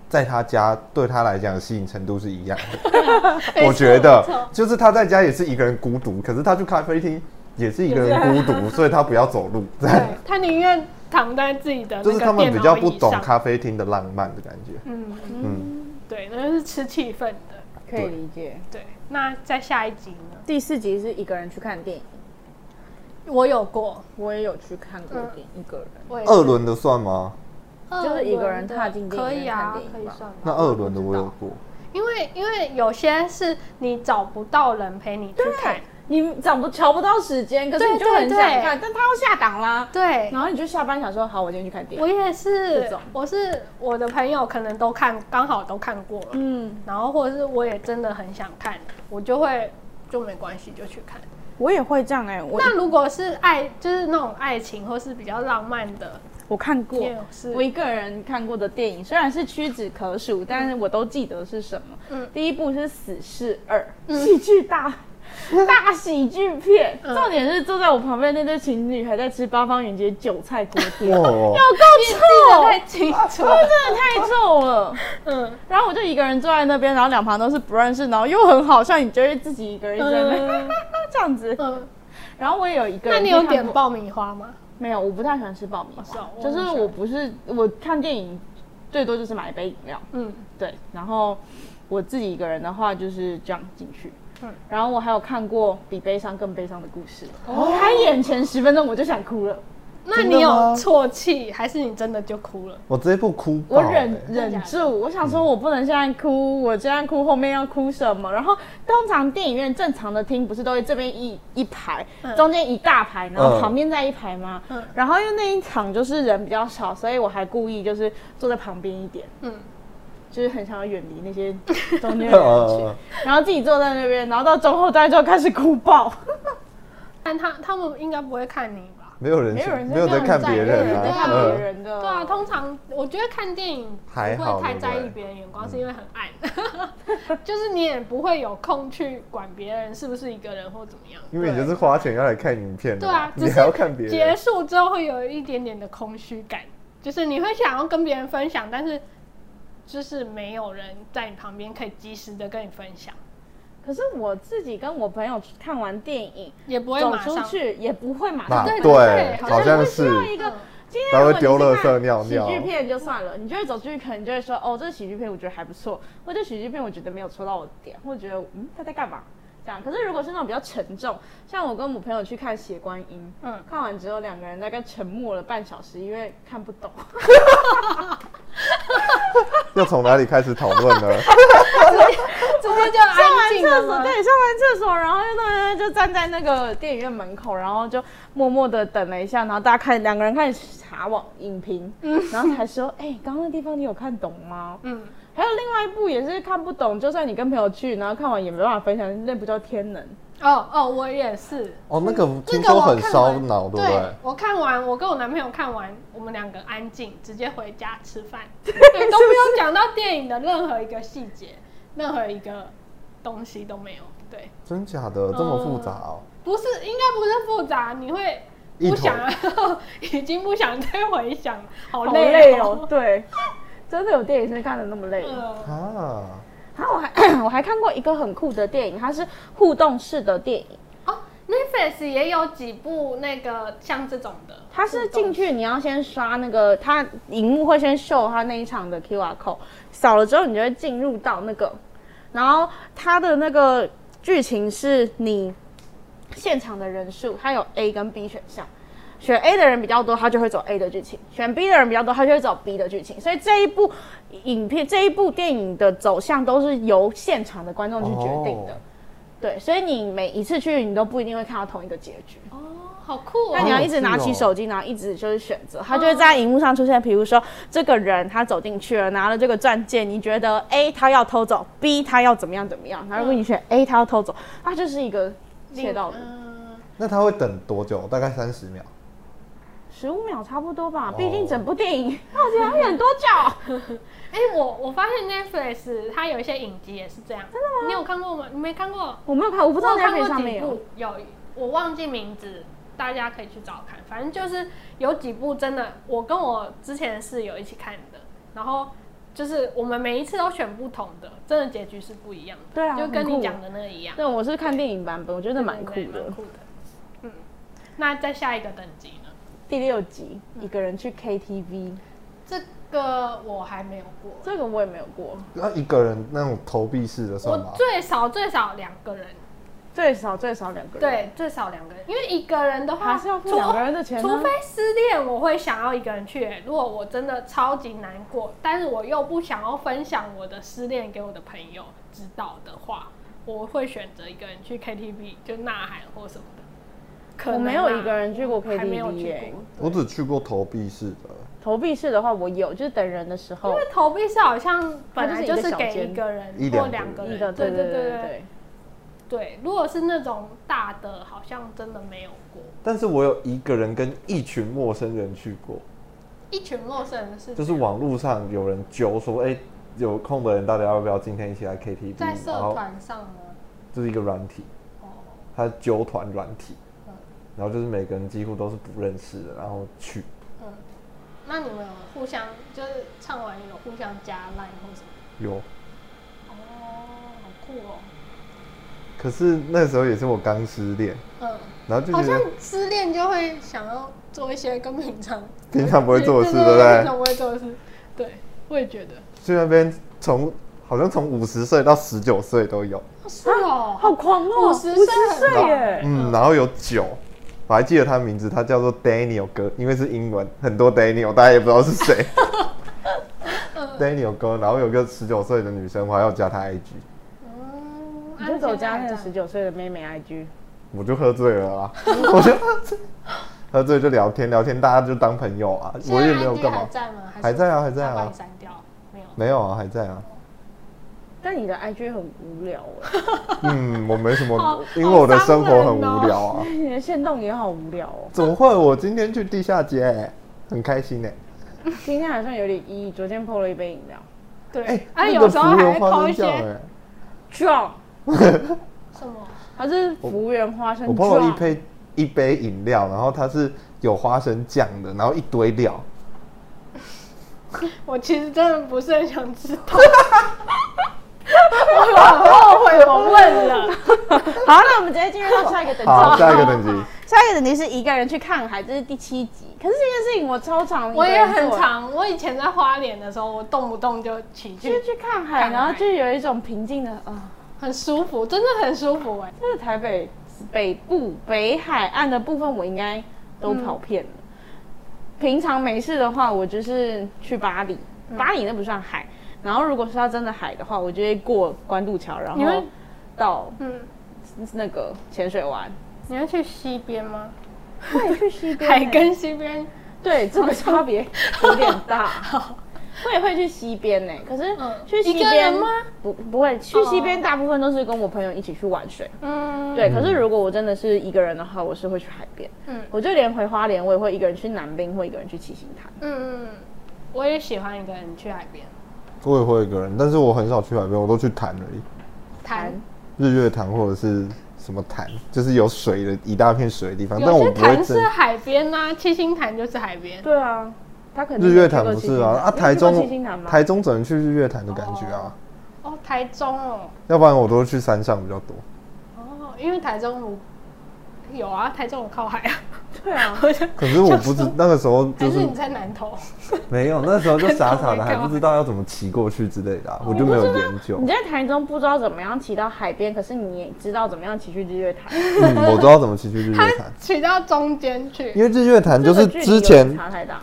S1: 在他家对他来讲的吸引程度是一样的。
S2: 没
S1: 我
S2: 错
S1: 觉
S2: 没
S1: 得
S2: 错，
S1: 就是他在家也是一个人孤独，可是他去咖啡厅也是一个人孤独，所以他不要走路。这样
S2: 对他宁愿躺在自己的那
S1: 就是
S2: 个
S1: 他们
S2: 电
S1: 比较
S2: 脑
S1: 不
S2: 椅
S1: 懂
S2: 上。
S1: 咖啡厅的浪漫的感觉。
S2: 嗯，
S1: 嗯，
S2: 对，那是吃气氛的。
S3: 可以理解。
S2: 对，那在下一集呢？
S3: 第四集是一个人去看电影，
S2: 我有过，
S3: 我也有去看过
S2: 嗯
S3: 电影，一个人。
S2: 我也是
S1: 二轮的算吗？
S3: 就是一个人踏进电影
S2: 可以
S3: 院看
S2: 啊，
S3: 电影
S2: 可以
S3: 吧
S2: 算吧。
S1: 那二轮的
S2: 不
S1: 我
S2: 知
S1: 有
S2: 道，
S1: 过，
S2: 因为因为有些是你找不到人陪你去看，
S3: 你找不瞧不到时间，可是
S2: 对
S3: 你就很
S2: 对
S3: 想
S2: 对
S3: 看，但他要下档啦，
S2: 对。
S3: 然后你就下班想说好，我今天去看电
S2: 我
S3: 影。
S2: 也
S3: 这
S2: 是
S3: 种，
S2: 我是我的朋友可能都看，刚好都看过了，
S3: 嗯，
S2: 然后或者是我也真的很想看，我就会就没关系就去看。
S3: 我也会这样哎、我
S2: 那如果是爱，就是那种爱情或是比较浪漫的，
S3: 我看过
S2: 你也是
S3: 我一个人看过的电影，虽然是屈指可数，但是我都记得是什么。
S2: 嗯
S3: 第一部是《死侍二》，喜剧大。大喜剧片，
S2: 嗯
S3: 重点是坐在我旁边那对情侣还在吃八方云集的韭菜锅贴，
S1: 哇
S3: 要
S1: 哦，
S3: 够臭，哦
S2: 太清楚了。
S3: 真的太臭了。
S2: 嗯，
S3: 然后我就一个人坐在那边，然后两旁都是不认识，然后又很好笑，你就会自己一个人在那边、
S2: 嗯
S3: 这样子。
S2: 嗯，
S3: 然后我也有一个
S2: 那
S3: 人
S2: 你
S3: 去
S2: 有
S3: 看
S2: 点
S3: 过
S2: 爆米花吗？
S3: 没有，我不太喜欢吃爆米花，
S2: 是哦我
S3: 就
S2: 很
S3: 是
S2: 喜欢
S3: 我不是我看电影最多就是买一杯饮料，
S2: 嗯，
S3: 对，然后我自己一个人的话就是这样进去。
S2: 嗯
S3: 然后我还有看过比悲伤更悲伤的故事，开演前十分钟我就想哭了，
S2: 那
S1: 真
S2: 你
S1: 的吗
S2: 有啜泣，还是你真的就哭了？
S1: 我这一部哭爆、
S3: 我
S1: 欸，
S3: 忍
S2: 真的
S3: 忍
S2: 假的
S3: 住，我想说我不能现在哭，我现在哭后面要哭什么？然后通常电影院正常的厅不是都会这边一一排，中间一大排，然后
S1: 嗯
S3: 旁边再一排吗？
S2: 嗯
S3: 然后因为那一场就是人比较少，所以我还故意就是坐在旁边一点，
S2: 嗯，
S3: 就是很想要远离那些中 间的人 群，
S1: 呃，
S3: 然后自己坐在那边，然后到中后段就开始哭爆。
S2: 但他他们应该不会看你吧？
S1: 没有人
S3: 没有人
S1: 没有在看别人
S3: 在
S1: 啊，
S3: 看
S1: 嗯
S3: 别人的，
S2: 对啊，通常我觉得看电影不
S1: 还好
S2: 会太在
S1: 对
S2: 意
S1: 不对
S2: 别人眼光，是因为很暗， 就是你也不会有空去管别人是不是一个人或怎么样。
S1: 因为你就是花钱要来看影片的
S2: 对
S1: 嘛，
S2: 啊，只
S1: 你
S2: 是
S1: 还要看别
S2: 结
S1: 人，
S2: 束之后会有一点点的空虚感，就是你会想要跟别人分享，但是就是没有人在你旁边可以及时的跟你分享，
S3: 可是我自己跟我朋友看完电影，
S2: 也不会
S3: 走
S2: 马
S3: 出
S2: 上。
S3: 去也不会马
S1: 那
S3: 上
S2: 对
S1: 对
S2: 对，好
S1: 好
S2: 像
S1: 像
S3: 会需
S1: 是
S3: 要
S2: 嗯
S3: 一个今天
S1: 然
S3: 如
S1: 后
S3: 果
S1: 会丢垃
S3: 你是
S1: 圾
S3: 看
S1: 尿尿
S3: 喜剧片就算了，你就会走出去，可能就会说，哦，这个喜剧片我觉得还不错，或者这喜剧片我觉得没有戳到我的点，或者觉得嗯他在干嘛这样。可是如果是那种比较沉重，像我跟我朋友去看《血观音》，
S2: 嗯
S3: 看完之后两个人大概沉默了半小时，因为看不懂，
S1: 要从哪里开始讨论呢？
S2: 直接就安静
S3: 上
S2: 了
S3: 完厕所，
S2: 吗
S3: 对，？上完厕所，然后又那就站在那个电影院门口，然后就默默的等了一下，然后大家看两个人开始查网影评，然后才说，哎、刚刚那地方你有看懂吗？
S2: 嗯，
S3: 还有另外一部也是看不懂，就算你跟朋友去，然后看完也没办法分享，那不叫天能。
S2: 哦哦，我也是。
S1: 哦，那个
S2: 这
S1: 听
S2: 个
S1: 说
S2: 我
S1: 很
S2: 看
S1: 烧
S2: 完，
S1: 脑，对不对？
S2: 我看完，我跟我男朋友看完，我们两个安静，直接回家吃 饭，对都没有讲到电影的任何一个细节，任何一个东西都没有。对，
S1: 真假的这么复杂哦？
S2: 不是，应该不是复杂，你会
S1: 一
S2: 不
S1: 头
S2: 想，啊 已经不想再回想，好
S3: 好
S2: 累
S3: 累哦，。对，真的有电影是看的那么累。哦
S2: 嗯
S1: 啊，
S3: 然后我还 我还看过一个很酷的电影，它是互动式的电影，
S2: 哦，Netflix 也有几部那个像这种的，
S3: 它是进去你要先刷那个，它荧幕会先秀它那一场的 QR code，扫了之后你就会进入到那个，然后它的那个剧情是你现场的人数，它有 A 跟 B 选项。选 A 的人比较多，他就会走 A 的剧情；选 B 的人比较多，他就会走 B 的剧情。所以这一部影片、这一部电影的走向都是由现场的观众去决定的。
S1: 哦
S3: 对，所以你每一次去，你都不一定会看到同一个结局。
S2: 哦，好酷
S3: 那你
S2: 哦。
S3: 要一直拿起手机，然后一直就是选择，它就会在荧幕上出现。比如说，这个人他走进去了，拿了这个钻戒，你觉得 A 他要偷走，B 他要怎么样怎么样？然后如果你选 A 他要偷走，它就是一个切到
S2: 嗯
S1: 那他会等多久？大概三十秒。
S3: 十五秒差不多吧
S1: 哦，
S3: 毕竟整部电影到底要演多久？
S2: 哎、我我发现 Netflix 它有一些影集也是这样，真的吗？你有看过吗？你没看过？
S3: 我没有看，我不知道
S2: 我看
S3: Netflix
S2: 过
S3: 上
S2: 几
S3: 面有。
S2: 部，有我忘记名字，大家可以去找看。反正就是有几部真的，我跟我之前的室友一起看的，然后就是我们每一次都选不同的，真的结局是不一样的，
S3: 对啊，
S2: 就跟
S3: 很
S2: 你
S3: 酷
S2: 讲的那个一样，
S3: 对，我是看电影版本，我觉得蛮酷
S2: 对对对
S3: 的
S2: 蛮。酷的。嗯，那再下一个等级呢？
S3: 第六集，一个人去 KTV，
S2: 这个我还没有过，
S3: 这个我也没有过，
S1: 要一个人那种投币式的算
S2: 我
S1: 吗？
S2: 最少最少两个人。
S3: 最少最少两个人。，
S2: 对，最少两个人，因为一个人的话，
S3: 还是要付
S2: 除
S3: 两个人的钱啊
S2: 除非失恋，我会想要一个人去、如果我真的超级难过，但是我又不想要分享我的失恋给我的朋友知道的话，我会选择一个人去 KTV 就呐喊或什么的。可
S3: 我
S2: 能
S3: 没有一个人去过
S2: 啊还没有
S3: KTV
S2: 去
S3: 耶
S2: 过。
S1: 我只去过投币式的，
S3: 投币式的话我有，就是等人的时候。
S2: 因为投币是好像
S3: 它
S2: 本
S3: 就
S2: 来就
S3: 是一个
S2: 是
S3: 小
S2: 给
S3: 间
S2: 一个人
S1: 一
S2: 或
S1: 两
S2: 两
S1: 个
S2: 个
S1: 人
S2: 人，
S3: 一个对
S2: 对
S3: 对对
S2: 对
S3: 对对，
S2: 对。如果是那种大的，好像真的没有过。
S1: 但是我有一个人跟一群陌生人去过，
S2: 一群陌生人是
S1: 就是网络上有人揪说，哎、有空的人大家要不要今天一起来 KTV？
S2: 在社
S1: 然后
S2: 团上呢。
S1: 这是一个软体，
S2: 哦。
S1: 它是揪团软体
S2: 嗯，
S1: 然后就是每个人几乎都是不认识的，然后去。
S2: 嗯，那你们有互相就是唱完有互相加 line 或什么？
S1: 有，
S2: 哦，好酷哦！
S1: 可是那时候也是我刚失恋，
S2: 嗯，
S1: 然后就
S2: 好
S1: 觉
S2: 像
S1: 得
S2: 失恋就会想要做一些跟平常
S1: 平常不会做的事，
S2: 对
S1: 对不
S2: 平
S1: 对？
S2: 常不会做的事，对，我也觉得
S1: 去那边从好像从五十岁到十九岁都有，
S2: 哦是哦，
S3: 好狂哦，
S2: 50岁
S3: 50岁
S1: 然后
S3: 耶！
S2: 啊
S1: 嗯，然后有酒，我还记得他名字，他叫做 Daniel 哥，因为是英文，很多 Daniel，大家也不知道是 谁。Daniel 哥，然后有个十九岁的女生，我还要加她 IG，
S2: 嗯，
S3: 你就走加那个
S2: 时
S3: 十九岁的妹妹 IG，
S1: 我就喝醉了啊，我就喝醉，喝醉就聊天聊天，大家就当朋友啊，我也没有干
S2: 还
S1: 嘛，
S2: 在吗？
S1: 还在啊还在啊
S2: 他把你删掉没有？
S1: 没有啊，还在 啊，
S3: 但你的 IG 很无聊欸
S1: 嗯，我没什
S2: 好
S1: 么，因为我的生活很无聊啊
S3: 哎，，
S2: 哦
S3: 你的线动也好无聊哦。
S1: 怎么会？我今天去地下街、欸很开心欸呢、
S3: 今天好像有点意义，昨天泡了一杯饮料，
S1: 哎
S2: 对，啊，
S1: 那
S2: 有
S1: 个
S2: 时候
S1: 芙蓉
S2: 还会
S1: 花
S2: 偷
S1: 生
S2: 一
S1: 酱
S2: 些
S1: 哎
S3: 撞，
S2: 什么？
S3: 它是服务员花
S1: 我
S3: 生
S1: 泡了一
S3: 撞，
S1: 杯一杯饮料，然后它是有花生酱的，然后一堆料，
S2: 我其实真的不是很想知 道，
S3: 后悔
S2: 我问了，
S3: 好，那我们直接进入到下一个等
S1: 好，
S3: 级。
S1: 下一个等 级，
S3: 下一个等级是一个人去看海，这是第七集。可是这件事情我超常，
S2: 我也很，常，我以前在花莲的时候，我动不动就起
S3: 就是
S2: 去，
S3: 去看
S2: 看
S3: 海，
S2: 海
S3: 然后就有一种平静的啊。
S2: 很舒服，真的很舒服哎、
S3: 就是台北北部北海岸的部分，我应该都跑遍了。平常没事的话，我就是去巴黎，巴黎那不算海。然后如果是要真的海的话，我就会过关渡桥，然
S2: 你
S3: 后
S2: 会
S3: 到
S2: 嗯，
S3: 那个浅水湾，
S2: 你要去西边吗？
S3: 会去西边
S2: 海
S3: 欸
S2: 跟西边，
S3: 对这个差别有点 大。会会去西边呢、可是
S2: 嗯
S3: 去西
S2: 一个
S3: 边
S2: 人吗？
S3: 不不会去西边，
S2: 哦
S3: 大部分都是跟我朋友一起去玩水。
S2: 嗯，
S3: 对，可是如果我真的是一个人的话，我是会去海边。
S2: 嗯
S3: 我就连回花莲，我也会一个人去南滨，或一个人去七星潭。
S2: 嗯，我也喜欢一个人去海边
S1: 我也会一个人，但是我很少去海边，我都去潭而已，
S2: 谈。
S1: 日月潭或者是什么潭，就是有水的一大片水的地方，但啊我
S2: 有些
S1: 不会
S2: 潭
S1: 真
S2: 是。啊海边呐、七星潭就是海边。
S3: 对啊，他肯定
S1: 日月潭不是啊，啊台
S3: 七星
S1: 中
S3: 潭吗？
S1: 台中只能去日月潭的感觉啊，
S2: 哦，台中哦，
S1: 要不然我都去山上比较多。
S2: 哦，因为台中我有啊，台中有靠海啊。
S3: 对啊，
S2: 我想
S1: 可是我不知那个时候
S2: 还
S1: 就是是
S2: 你在南投？
S1: 没有，那时候就傻傻
S2: Oh my
S1: 的
S2: God
S1: 还不知道要怎么骑过去之类的、啊，我就没有研究
S3: 你。在台中不知道怎么样骑到海边，可是你也知道怎么样骑去日月潭。
S1: 嗯，我知道怎么骑去日
S2: 他
S1: 月潭，
S2: 骑到中间去。
S1: 因为日月潭就
S3: 这
S1: 是
S3: 个距离
S1: 之
S3: 有
S1: 前
S3: 差太大。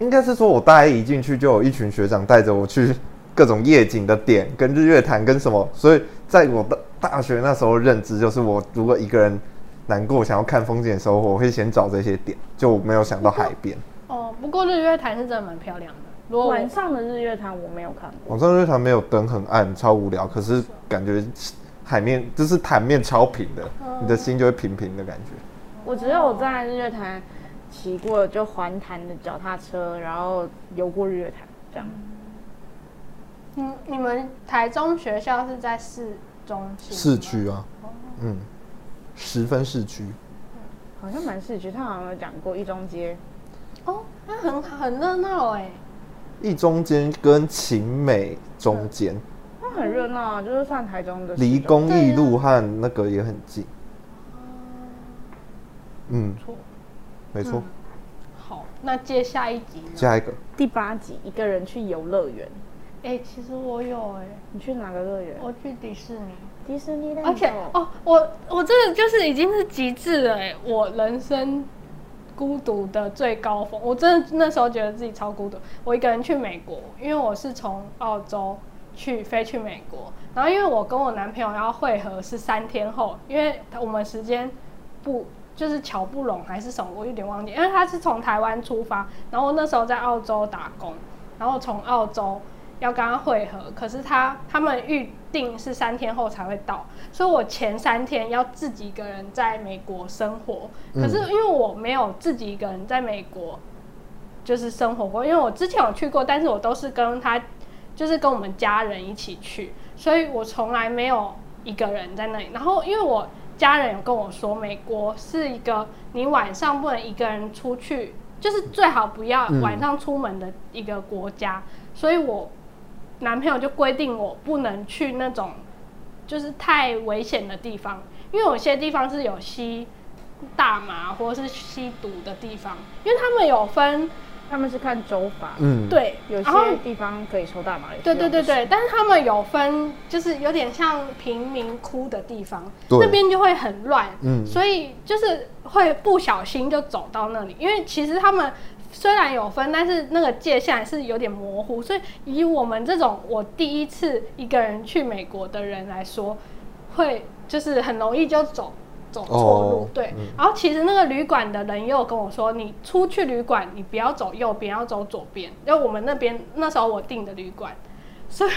S1: 应该是说，我大一一进去就有一群学长带着我去各种夜景的点，跟日月潭，跟什么，所以在我的大学那时候认知就是，我如果一个人难过想要看风景的时候，我会先找这些点，就没有想到海边。
S3: 嗯
S2: 哦，不过日月潭是真的蛮漂亮的。如果
S3: 晚
S2: 我
S3: 上的日月潭我没有看过，
S1: 晚上日月潭没有灯，很暗，超无聊，可是感觉海面就是潭面超平的，
S3: 嗯
S1: 你的心就会平平的感觉。
S3: 我只有在日月潭骑过就环潭的脚踏车，然后游过日月潭这样。
S2: 你嗯你们台中学校是在市中心吗
S1: 市区啊，嗯，十分市区。
S3: 好像蛮市区，他好像有讲过一中街，
S2: 哦，那很很热闹哎。
S1: 一中间跟晴美中间，
S2: 嗯
S3: 那很热闹啊，就是算台中的市
S1: 离
S3: 中
S1: 公益路和那个也很近。嗯，
S2: 错嗯
S1: 没错。
S2: 好，那接下一集呢？
S1: 下一个，
S3: 第八集一个人去游乐园，
S2: 哎、其实我有哎、
S3: 你去哪个乐园？
S2: 我去迪士尼。
S3: 迪士尼乐
S2: 哦而且哦，我我这个就是已经是极致了欸，我人生孤独的最高峰。我真的那时候觉得自己超孤独，我一个人去美国，因为我是从澳洲去飞去美国，然后因为我跟我男朋友要会合是三天后，因为我们时间不。就是瞧不拢还是什么，我有点忘记，因为嗯他是从台湾出发，然后我那时候在澳洲打工，然后从澳洲要跟他会合，可是他他们预定是三天后才会到，所以我前三天要自己一个人在美国生活。可是因为我没有自己一个人在美国就是生活过，因为我之前有去过，但是我都是跟他就是跟我们家人一起去，所以我从来没有一个人在那里。然后因为我家人有跟我说，美国是一个你晚上不能一个人出去，就是最好不要
S1: 嗯
S2: 晚上出门的一个国家，所以我男朋友就规定我不能去那种。就是太危险的地方，因为有些地方是有吸大麻或是吸毒的地方，因为他们有分
S3: 他们是看州法，
S1: 嗯，，
S2: 对，
S3: 有
S2: 然后
S3: 些地方可以抽大麻，有些
S2: 对对对
S3: 不行，
S2: 对，但是他们有分，就是有点像贫民窟的地方，
S1: 对
S2: 那边就会很乱，
S1: 嗯
S2: 所以就是会不小心就走到那里，因为其实他们虽然有分，但是那个界限是有点模糊，所以以我们这种我第一次一个人去美国的人来说，会就是很容易就走。走错路
S1: 哦
S2: 对
S1: 嗯，
S2: 然后其实那个旅馆的人也有跟我说，你出去旅馆，你不要走右边，要走左边。因为我们那边那时候我订的旅馆， 所以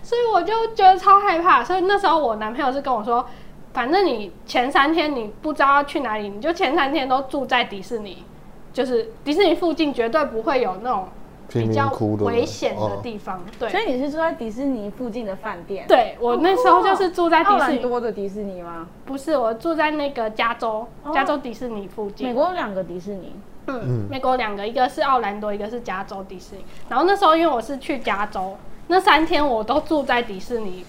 S2: 所以我就觉得超害怕。所以那时候我男朋友是跟我说，反正你前三天你不知道要去哪里，你就前三天都住在迪士尼，就是迪士尼附近绝对不会有那种
S1: 贫
S2: 比
S1: 民
S2: 较
S1: 窟的哦
S2: 危险的
S1: 方，
S2: 地方。对，
S3: 所以你是住在迪士尼附近的饭店，，
S2: 对我那时候就是住在迪
S3: 奥
S2: 士
S3: 兰
S2: 尼，
S3: 哦多的迪士尼吗？
S2: 不是我住在那个加州，
S3: 哦
S2: 加州迪士尼附近。
S3: 美国有两个迪士尼，
S2: 嗯，美国两个，一个是奥兰多，一个是加州迪士尼。然后那时候因为我是去加州，那三天我都住在迪士尼。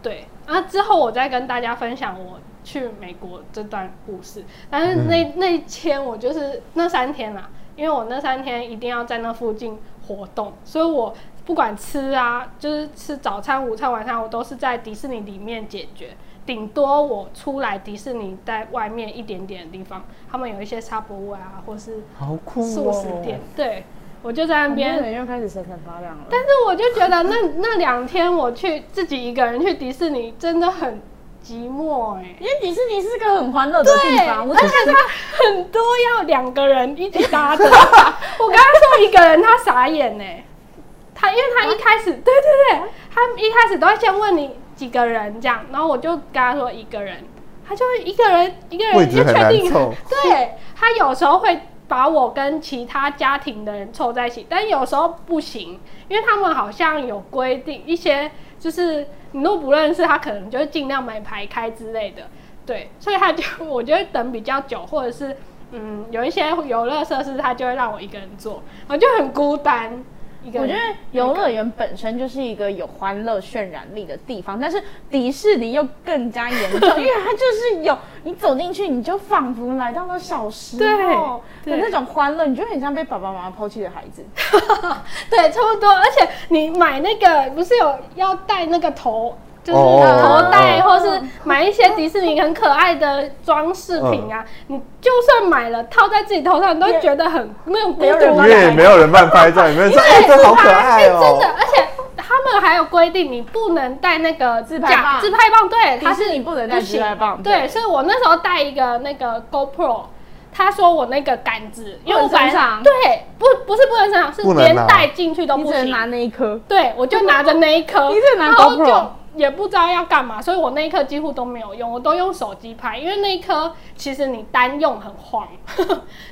S2: 对，啊，之后我再跟大家分享我去美国这段故事。但是那、那一天我就是那三天啦，因为我那三天一定要在那附近活动，所以我不管吃啊，就是吃早餐、午餐、晚餐，我都是在迪士尼里面解决。顶多我出来迪士尼，在外面一点点的地方，他们有一些 Subway 啊，或是
S1: 好酷
S2: 素食
S1: 哦！
S2: 店，对我就在那
S3: 那边
S2: 边
S3: 人又开始闪闪发亮了。
S2: 但是我就觉得那那两天我去自己一个人去迪士尼真的很寂寞哎、
S3: 因为迪士尼是个很欢乐的地
S2: 对，
S3: 方，我
S2: 而
S3: 只
S2: 且
S3: 是
S2: 他很多要两个人一起搭 着。我跟他说一个人，他傻眼呢、他因为他一开
S3: 啊
S2: 始，对对对，他一开始都会先问你几个人这样，然后我就跟他说一个人，他就一个人一个
S1: 位
S2: 人
S1: 置
S2: 就
S1: 很
S2: 确
S1: 难
S2: 定
S1: 凑，
S2: 对他有时候会把我跟其他家庭的人凑在一起，但有时候不行，因为他们好像有规定一些，就是你如果不认识他，可能就尽量买排开之类的。对，所以他就我就会等比较久，或者是嗯有一些游乐设施，他就会让我一个人做，我就很孤单。一个
S3: 我
S2: 人
S3: 觉得游乐园本身就是一个有欢乐渲染力的地方，但是迪士尼又更加严重，因为它就是有你走进去，你就仿佛来到了小时候
S2: 对
S3: 的
S2: 对
S3: 那种欢乐，你就很像被爸爸妈妈抛弃的孩子。
S2: 对，差不多。而且你买那个不是有要戴那个头，就是
S1: 哦
S2: 头戴，
S1: 哦
S2: 或是买一些迪士尼很可爱的装饰品啊，
S1: 嗯
S2: 你就算买了套在自己头上，你都觉得很那种 孤
S3: 没有人
S2: 独
S1: 因
S3: 帮
S2: 感
S3: 你。
S1: 为也没有人办拍照，也没有人说哎，这好可爱
S2: 哎真
S1: 哦
S2: 的，。而且他们还有规定，你不能带那个自
S3: 拍棒
S2: 自拍棒，对，它
S3: 迪士
S2: 是
S3: 尼不能带
S2: 行
S3: 自拍棒
S2: 对，
S3: 对
S2: 所以我那时候带一个那个 GoPro。他说我那个杆子，因为我
S3: 不
S2: 本
S3: 能
S2: 来
S3: 伸长
S2: 对不不是不能伸长，是
S1: 不能啊
S2: 连
S1: 拿
S2: 带进去都
S3: 你
S2: 哦不
S3: 只能
S2: 行，
S3: 拿那一颗，
S2: 对，我就拿着那一颗，
S3: 你只拿
S2: 然后
S3: GoPro
S2: 就也不知道要干嘛，所以我那一颗几乎都没有用，我都用手机拍，因为那一颗其实你单用很晃，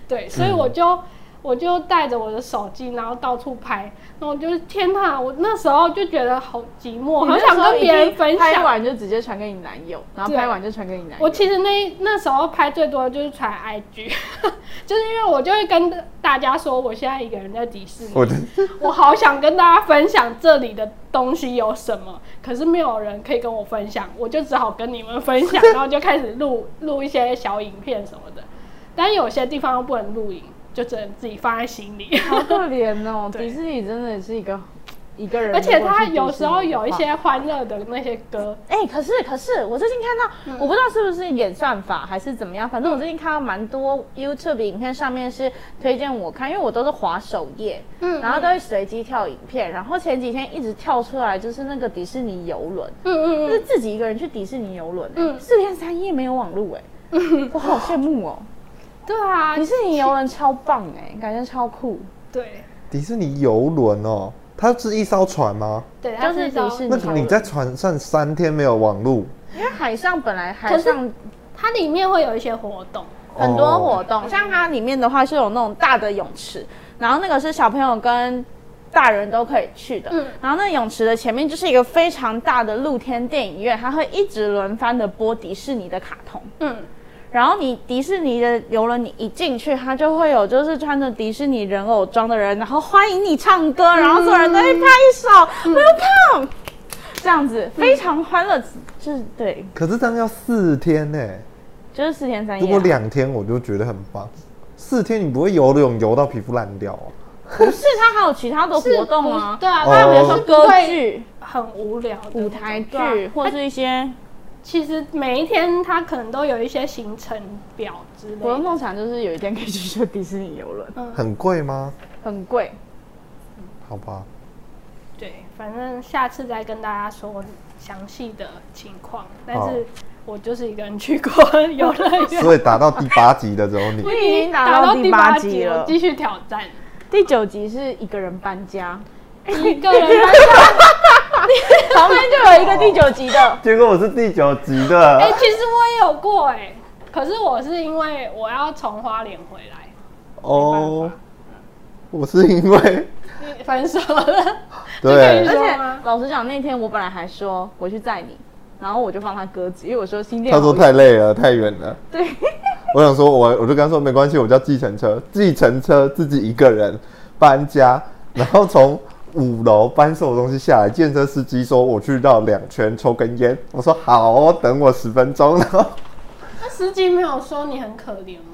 S2: 对，所以我就、我就带着我的手机，然后到处拍，然后我就天哪，我那时候就觉得好寂寞，好想跟别人分
S3: 你那时候一定拍
S2: 享。
S3: 完就直接传给你男友，然后
S2: 对
S3: 拍完就传给你男友。
S2: 我其实那那时候拍最多的就是传 IG，就是 因为我就会跟大家说我现在一个人在迪士尼，
S1: 我的
S2: 我好想跟大家分享这里的东西有什么，可是没有人可以跟我分享，我就只好跟你们分享，然后就开始录录一些小影片什么的。但有些地方又不能录影，就只能自己放在心里。
S3: 好可怜 哦，
S2: 对
S3: 迪士尼真的是一个一个人，
S2: 而且他有时候有一。些欢乐的那些歌，
S3: 哎、可是可是，我最近看到，我不知道是不是演算法还是怎么样，反正我最近看到蛮多 YouTube 影片上面是推荐我看，因为我都是滑首页，
S2: 嗯
S3: 然后都会随机跳影片，然后前几天一直跳出来就是那个迪士尼游轮，
S2: 嗯嗯
S3: 就是自己一个人去迪士尼游轮、
S2: 嗯
S3: 嗯，四天三夜没有网路、哎、 我好羡慕哦，
S2: 对啊
S3: 迪，士尼游轮超棒哎、感觉超酷，
S2: 对
S1: 迪士尼游轮哦，它是一艘船吗？
S2: 对，它
S3: 就是
S2: 一
S3: 迪
S2: 种
S3: 士尼
S1: 那
S3: 游
S1: 你
S3: 轮
S1: 在船上三天没有网路，
S3: 因为海上本来海
S2: 可是
S3: 上
S2: 它里面会有一些活动，
S3: 很
S1: 哦
S3: 多活动，像它里面的话是有那种大的泳池，然后那个是小朋友跟大人都可以去的。
S2: 嗯
S3: 然后那泳池的前面就是一个非常大的露天电影院，它会一直轮番的播迪士尼的卡通。
S2: 嗯，
S3: 然后你迪士尼的游轮，你一进去，它就会有就是穿着迪士尼人偶装的人，然后欢迎你唱歌，然后所有人都会拍手，welcome，、这样子
S2: 嗯
S3: 非常欢乐，就是对，
S1: 可是这样要四天呢、
S3: 就是四天
S2: 哎
S3: 三夜啊、
S1: 如果两天我就觉得很棒，四天你不会游泳游到皮肤烂掉哦、
S3: 不是他还有其他的活动啊
S2: 是不是，对啊，
S1: 哦
S2: 他
S3: 比如
S2: 们
S3: 说
S2: 是不
S3: 歌
S2: 会
S3: 剧、
S2: 很无聊的
S3: 舞台
S2: 那种
S3: 剧
S2: 对啊
S3: 或是一些
S2: 其实每一天他可能都有一些行程表之类
S3: 我的
S2: 的。
S3: 梦想就是有一天可以去坐迪士尼游轮，
S1: 很贵吗？
S3: 很贵。
S1: 好吧，
S2: 对，反正下次再跟大家说详细的情况。但
S1: 好
S2: 是我就是一个人去过游乐 园，
S1: 所以达到第八集的只有你
S2: 我
S3: 已经打
S2: 打
S3: 到第
S2: 第
S3: 八
S2: 八
S3: 集
S2: 集
S3: 了
S2: 我继续挑战。
S3: 第九集是一个人搬 家，
S2: 一个人搬
S3: 旁边就有一个第九集的，
S1: 结果我是第九集
S2: 哎、
S1: 的，
S2: 其实我也有过哎、可是我是因为我要从花莲回来，
S1: 哦，我是因 为
S2: 你分手了，
S1: 对
S2: 这可以
S3: 而且
S2: 说吗
S3: 老实讲，那天我本来还说我去载你，然后我就放他鸽子，因为我说新店
S1: 他说
S3: 好
S1: 太累了，太远了。
S3: 对，
S1: 我想说，我我就跟他说没关系，我叫计程车，计程车自己一个人搬家，然后从五楼搬所有东西下来。计程车司机说我去绕两圈抽根烟，我说好，哦等我十分钟。然后
S2: 那司机没有说你很可怜吗？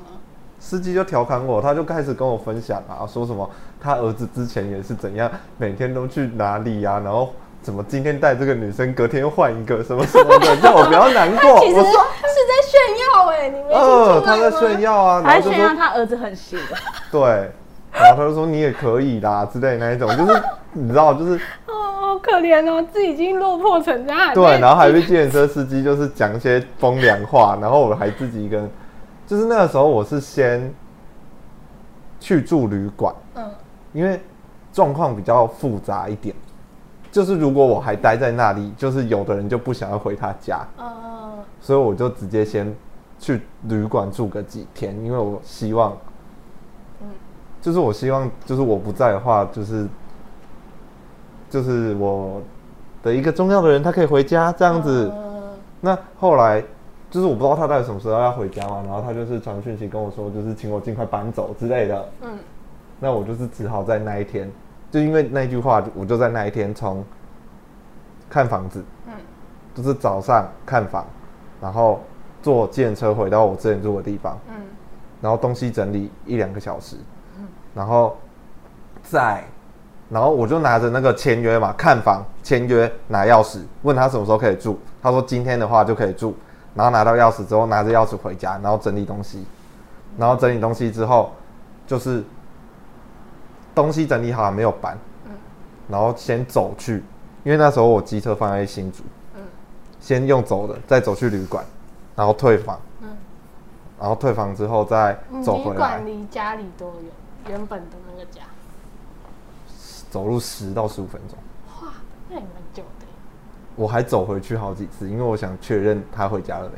S1: 司机就调侃我，他就开始跟我分享啊，说什么他儿子之前也是怎样，每天都去哪里呀、啊，然后怎么今天带这个女生，隔天又换一个什么什么的，叫我不要难 过。
S2: 其实
S1: 我
S2: 是
S1: 说，
S2: 在炫耀哎、你没听
S1: 呃，
S2: 出
S1: 他
S2: 来
S1: 在
S2: 吗？
S1: 炫耀啊，然
S3: 还
S1: 后就
S3: 炫
S1: 说
S3: 耀他儿子很行，
S1: 对，然后他就说你也可以啦之类的那一种，就是你知道， 就是
S2: 哦，好可怜哦，自己已经落魄成这样。哎
S1: 对，然后还被计程车司机就是讲一些风凉话，然后我还自己一个人，就是那个时候我是先去住旅馆，
S2: 嗯，
S1: 因为状况比较复杂一点，就是如果我还待在那里，就是有的人就不想要回他家，
S2: 呃，
S1: 所以我就直接先去旅馆住个几天，因为我希望，就是我希望，就是我不在的话，就是就是我的一个重要的人，他可以回家这样子。
S2: 呃
S1: 那后来就是我不知道他到底什么时候要回家嘛，然后他就是传讯息跟我说，就是请我尽快搬走之类的。
S2: 嗯，
S1: 那我就是只好在那一天，就因为那句话，我就在那一天从看房子，
S2: 嗯，
S1: 就是早上看房，然后坐电车回到我之前住的地方，
S2: 嗯，
S1: 然后东西整理一两个小时，然后再，然后我就拿着那个签约嘛，看房签约拿钥匙，问他什么时候可以住，他说今天的话就可以住，然后拿到钥匙之后拿着钥匙回家，然后整理东西，然后整理东西之后就是东西整理好还没有搬，然后先走去，因为那时候我机车放在新竹，先用走的，再走去旅馆，然后退房，然后退房之后再
S2: 你
S1: 走
S2: 嗯旅
S1: 回来
S2: 馆，离家里多远？原本的那个家，
S1: 走路十到十五分钟，
S2: 哇，那也蛮久的。
S1: 我还走回去好几次，因为我想确认他回家了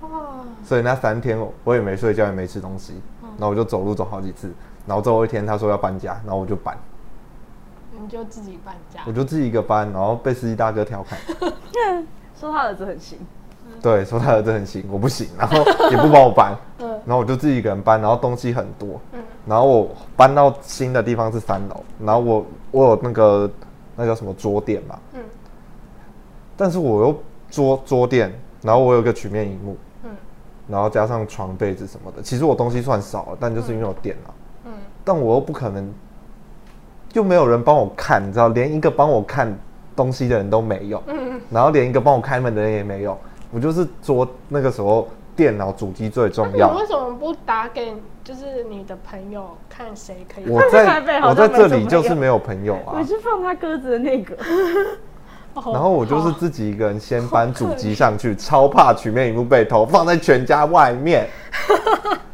S1: 没，
S2: 哇，
S1: 所以那三天我我也没睡觉，也没吃东西，然后我就走路走好几次，然后最后一天他说要搬家，然后我就搬，
S2: 你就自己搬家
S1: 我，就自己一个搬，然后被司机大哥调侃。
S3: 说他儿子很行，
S1: 对，说他儿子很行，我不行，然后也不帮我搬，然后我就自己一个人搬，然后东西很多，
S2: 嗯
S1: 然后我搬到新的地方是三楼，然后我我有那个那叫什么桌垫嘛，
S2: 嗯
S1: 但是我又桌桌垫，然后我有一个曲面荧幕，
S2: 嗯
S1: 然后加上床被子什么的，其实我东西算少了，但就是因为有电脑，
S2: 嗯，
S1: 但我又不可能，又没有人帮我看，你知道，连一个帮我看东西的人都没有，
S2: 嗯
S1: 然后连一个帮我开门的人也没有，我就是桌那个时候电脑主机最重
S2: 那你
S1: 要
S2: 为。什么不打给就是你的朋友看谁可以？
S1: 我
S3: 他在台北
S1: 在
S3: 好
S1: 我
S3: 像
S1: 在
S3: 没什么
S1: 这里就是没有朋友 啊
S3: 我，是放他鸽子的那 个，
S2: 哦
S1: 然后我就是自己一个人先搬主机上去，超怕曲面荧幕被偷，放在全家外 面，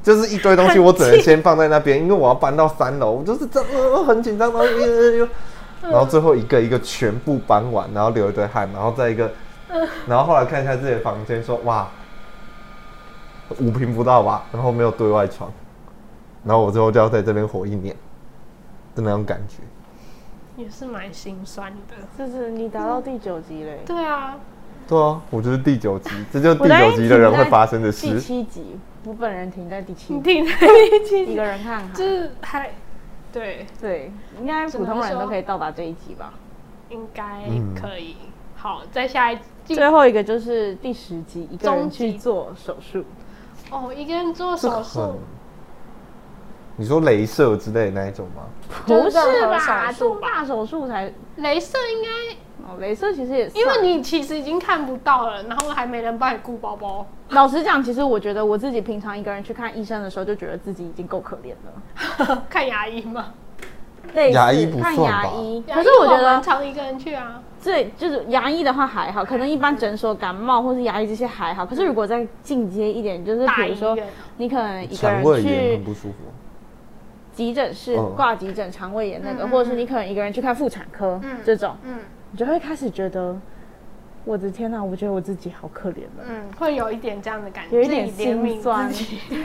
S1: 就是一堆东西我只能先放在那边，因为我要搬到三楼，我就是这呃很紧张，然后又又又，
S3: 嗯
S1: 然后最后一个一个全部搬完，然后流一堆汗，然后再一个，
S3: 嗯
S1: 然后后来看一下自己的房间，说哇，五平不到吧，然后没有对外窗，然后我最后就要在这边活一年的那种感觉。
S2: 也是蛮心酸的。
S3: 就是你达到第九集嘞，
S2: 对啊，
S1: 对啊，我就是第九集，这就是
S3: 我
S1: 第
S3: 大概
S1: 九集的人
S3: 停
S1: 会
S3: 在
S1: 发生的事。
S3: 第七集，我本人停在第七
S2: 你
S3: 集，
S2: 听在一
S3: 一
S2: 起，
S3: 个人看
S2: 就
S3: 海，
S2: 是还对，
S3: 对，应该普通人都可以到达这一集吧。
S1: 嗯
S2: 应该可以。好，再下一季
S3: 最后一个就是第十集，一个人
S2: 终极
S3: 去做手术，
S2: 哦，一个人做
S1: 这
S2: 手
S1: 很
S2: 术，。
S1: 嗯你说镭射之类的那一种吗？
S2: 就是
S3: 不
S2: 任
S3: 是
S2: 何
S3: 吧？
S2: 手术
S3: 做大手术才
S2: 镭射应该，
S3: 哦，镭射其实也算
S2: 因为你其实已经看不到了，然后还没人帮你顾包 包，
S3: 老实讲，其实我觉得我自己平常一个人去看医生的时候，就觉得自己已经够可怜了。
S2: 看牙医嘛。
S3: 类似
S1: 牙医不
S3: 看
S1: 算
S3: 牙
S1: 吧
S3: 医，
S2: 牙
S3: 可
S2: 医
S3: 是我觉
S2: 蛮
S3: 得
S2: 常一个人去啊，
S3: 最就是牙医的话还好，可能一般诊所感冒或是牙医这些还好。可是如果再进阶一点，就是
S2: 大医
S3: 比如说
S2: 院。
S3: 你可能一个
S1: 肠胃
S3: 人
S1: 炎
S3: 去
S1: 很不舒服。
S3: 急诊室
S1: 嗯
S3: 挂急诊肠胃炎那个，
S2: 嗯嗯
S3: 或者是你可能一个人去看妇产科
S2: 嗯
S3: 这种，
S2: 嗯
S3: 你就会开始觉得，我的天哪，我觉得我自己好可怜了，
S2: 嗯，会有一点这样的感觉，
S3: 有一点
S2: 自己怜悯
S3: 心酸
S2: 自己。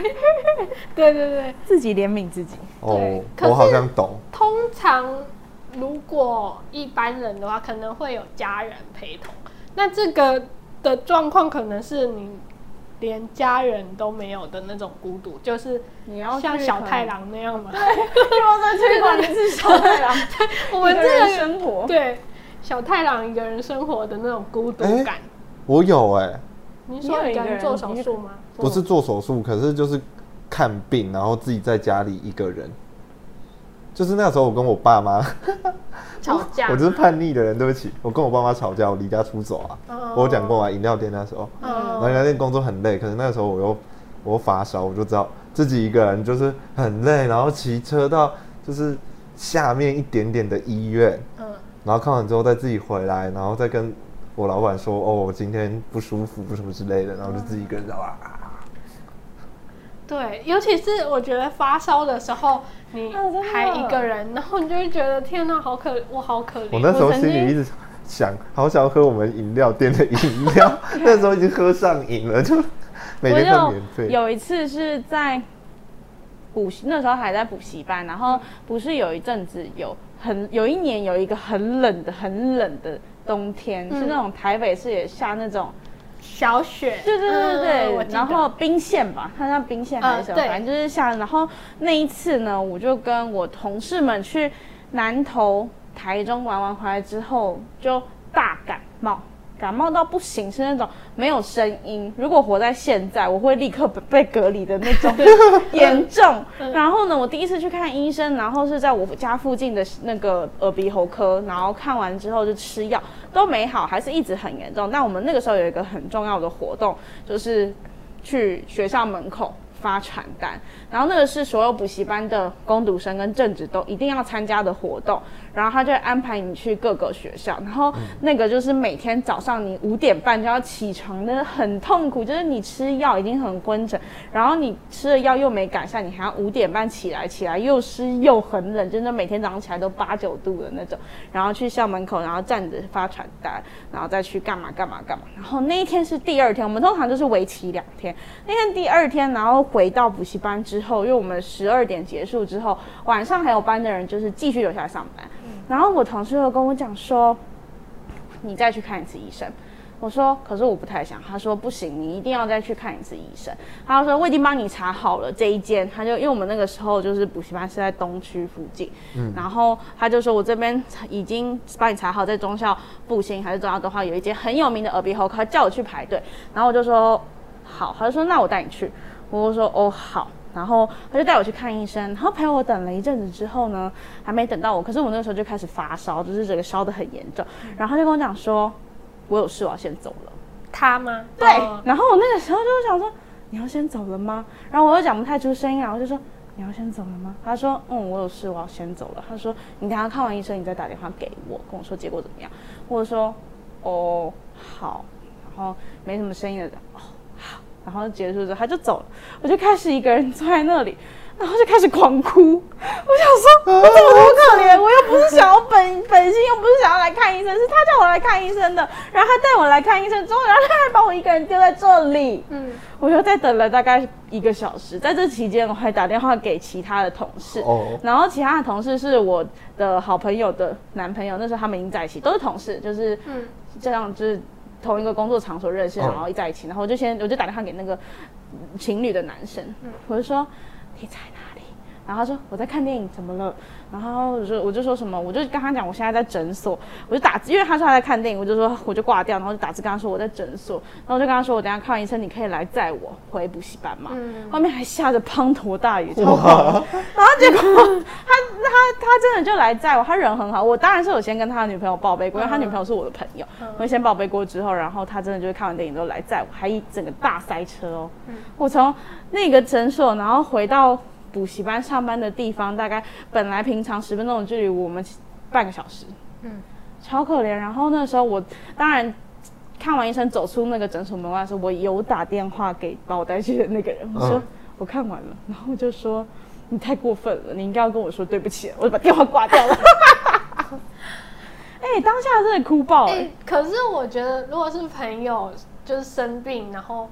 S2: 对对对，
S3: 自己怜悯自己。
S1: 哦
S2: 对，可是
S1: 我好像懂。
S2: 通常如果一般人的话，可能会有家人陪同。那这个的状况可能是你连家人都没有的那种孤独，就是
S3: 你要
S2: 像
S3: 去
S2: 小
S3: 可能
S2: 太，郎那样嘛。
S3: 我在推广你是小太郎，
S2: 我
S3: 我
S2: 们这个
S3: 生
S1: 哦
S3: 活。
S2: 对小太郎一个人生活的那种孤独
S1: 哎
S2: 感。
S1: 我有哎、
S2: 你
S3: 你
S2: 说
S3: 有
S2: 一
S3: 一
S2: 个
S3: 个
S2: 人
S3: 人
S2: 做
S3: 你
S2: 手
S3: 就
S2: 术 吗？
S1: 不是做手术，可是就是看病，然后自己在家里一个人。就是那时候我跟我爸妈，
S2: 吵架吗？
S1: 我就是叛逆的人，对不起，我跟我爸妈吵架，我离家出走啊。
S2: 哦
S1: 我有讲过嘛，饮料店那时候，然后
S3: 哦
S2: 嗯
S1: 饮料店工作很累，可是那时候我又我又发烧，我就知道自己一个人就是很累，然后骑车到就是下面一点点的医院，
S2: 嗯，
S1: 然后看完之后再自己回来，然后再跟我老板说，哦，我今天不舒服什么之类的，然后就自己一个人哇，
S3: 哦
S2: 对，尤其是我觉得发烧的时候，你
S3: 啊真的
S2: 还一个人，然后你就会觉得天哪，好可，我好可
S1: 我
S2: 怜。
S1: 那时候
S3: 我曾
S1: 心
S3: 经
S1: 里一直想，好想喝我们饮料店的饮料， 那时候已经喝上瘾了，就每天都
S3: 我
S1: 免
S3: 就
S1: 费。
S3: 有一次是在补习，那时候还在补习班，然后不是有一阵子有很有一年有一个很冷的很冷的冬天，
S2: 嗯
S3: 是那种台北市也下那种，
S2: 小雪，
S3: 对对对
S2: 嗯
S3: 对
S2: 我
S3: 对，
S2: 记得
S3: 然后冰线吧，它叫冰线还是什
S2: 嗯
S3: 么，
S2: 对
S3: 反正就是下。然后那一次呢，我就跟我同事们去南投、台中玩完回来之后，就大感冒。感冒到不行，是那种没有声音。如果活在现在，我会立刻被隔离的那 种严重。
S2: 嗯
S3: 然后呢，我第一次去看医生，然后是在我家附近的那个耳鼻喉科，然后看完之后就吃药，都没好，还是一直很严重。但我们那个时候有一个很重要的活动，就是去学校门口发传单，然后那个是所有补习班的攻读生跟正职都一定要参加的活动，然后他就会安排你去各个学校，然后那个就是每天早上你五点半就要起床，那很痛苦，就是你吃药已经很昏沉，然后你吃了药又没改善，你还要五点半起来，起来又湿又很冷，真的每天早上起来都八九度的那种，然后去校门口，然后站着发传单，然后再去干嘛干嘛干嘛。然后那一天是第二天，我们通常就是为期两天。那天第二天，然后回到补习班之后，因为我们十二点结束之后，晚上还有班的人就是继续留下来上班。然后我同事又跟我讲说，你再去看一次医生。我说，可是我不太想。他说不行，你一定要再去看一次医生。他说我已经帮你查好了这一间，他就因为我们那个时候就是补习班是在东区附近，然后他就说我这边已经帮你查好，在中校复兴还是中校的话有一间很有名的耳鼻喉科，叫我去排队。然后我就说好，他就说那我带你去，我就说哦好。然后他就带我去看医生，然后陪我等了一阵子之后呢，还没等到我，可是我那个时候就开始发烧，就是整个烧得很严重。然后他就跟我讲说，我有事，我要先走了。
S2: 他吗？
S3: 对
S2: 哦，
S3: 然后我那个时候就想说，你要先走了吗？然后我又讲不太出声音来，我就说你要先走了吗？他说，嗯，我有事，我要先走了。他说，你等一下看完医生，你再打电话给我，跟我说结果怎么样。我说，哦，好。然后没什么声音的，哦，好。 然后结束之后他就走了，我就开始一个人坐在那里。然后就开始狂哭，我想说，我怎么那么可怜？我又不是想要本本性，又不是想要来看医生，是他叫我来看医生的。然后他带我来看医生之后，然后他还把我一个人丢在这里。
S2: 嗯，
S3: 我又再等了大概一个小时，在这期间我还打电话给其他的同事，
S1: 哦
S3: 然后其他的同事是我的好朋友的男朋友，那时候他们已经在一起，都是同事，就是
S2: 嗯
S3: 这样就是同一个工作场所认识，
S1: 哦
S3: 然后一在一起，然后我就先我就打电话给那个情侣的男生，我就说你在哪里？然后他说我在看电影，怎么了？然后我就我就说什么，我就跟他讲我现在在诊所，我就打字，因为他说他在看电影，我就说我就挂掉，然后就打字跟他说我在诊所，然后我就跟他说我等一下看完医生，你可以来载我回补习班嘛。外面还下着滂沱大雨，超狂
S1: 哇，
S3: 然后结果他他他真的就来载我，他人很好。我当然是有先跟他的女朋友报备过，因为他女朋友是我的朋友，我先报备过之后，然后他真的就是看完电影之后来载我，还一整个大塞车哦。我从那个诊所，然后回到补习班上班的地方，大概本来平常十分钟的距离，我们半个小时，
S2: 嗯
S3: 超可怜。然后那时候我当然。看完医生走出那个诊所门外的时候，我有打电话给把我带去的那个人，我说、
S1: 嗯
S3: 我看完了，然后我就说你太过分了，你应该要跟我说对不起了，我就把电话挂掉了。 哎、当下真的哭爆、
S2: 哎、
S3: 哎、
S2: 可是我觉得，如果是朋友就是生病，然后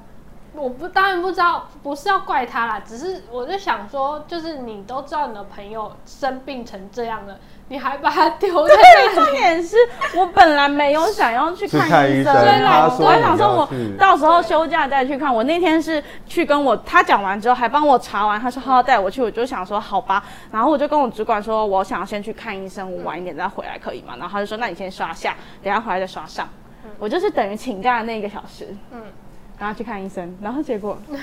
S2: 我不当然不知道，不是要怪他啦，只是我就想说，就是你都知道你的朋友生病成这样了，你还把他丢在
S3: 对，
S2: 那
S3: 重
S2: 里，
S3: 点是我本来没有想要去看
S1: 去看
S3: 医
S1: 医
S3: 生，
S1: 生
S3: 对啦，
S1: 他
S3: 我
S1: 说
S3: 还想
S1: 你
S3: 说
S1: 要
S3: 我
S1: 去
S3: 到时候休假再去看。我那天是去跟我他讲完之后，还帮我查完，他说好好带我去，我就想说好吧，然后我就跟我主管说，我想要先去看医生，我晚一点再回来可以吗？然后他就说那你先刷下，等一下回来再刷上。我就是等于请假的那一个小时，嗯
S2: 嗯，
S3: 然后去看医生，然后结果
S1: 嗯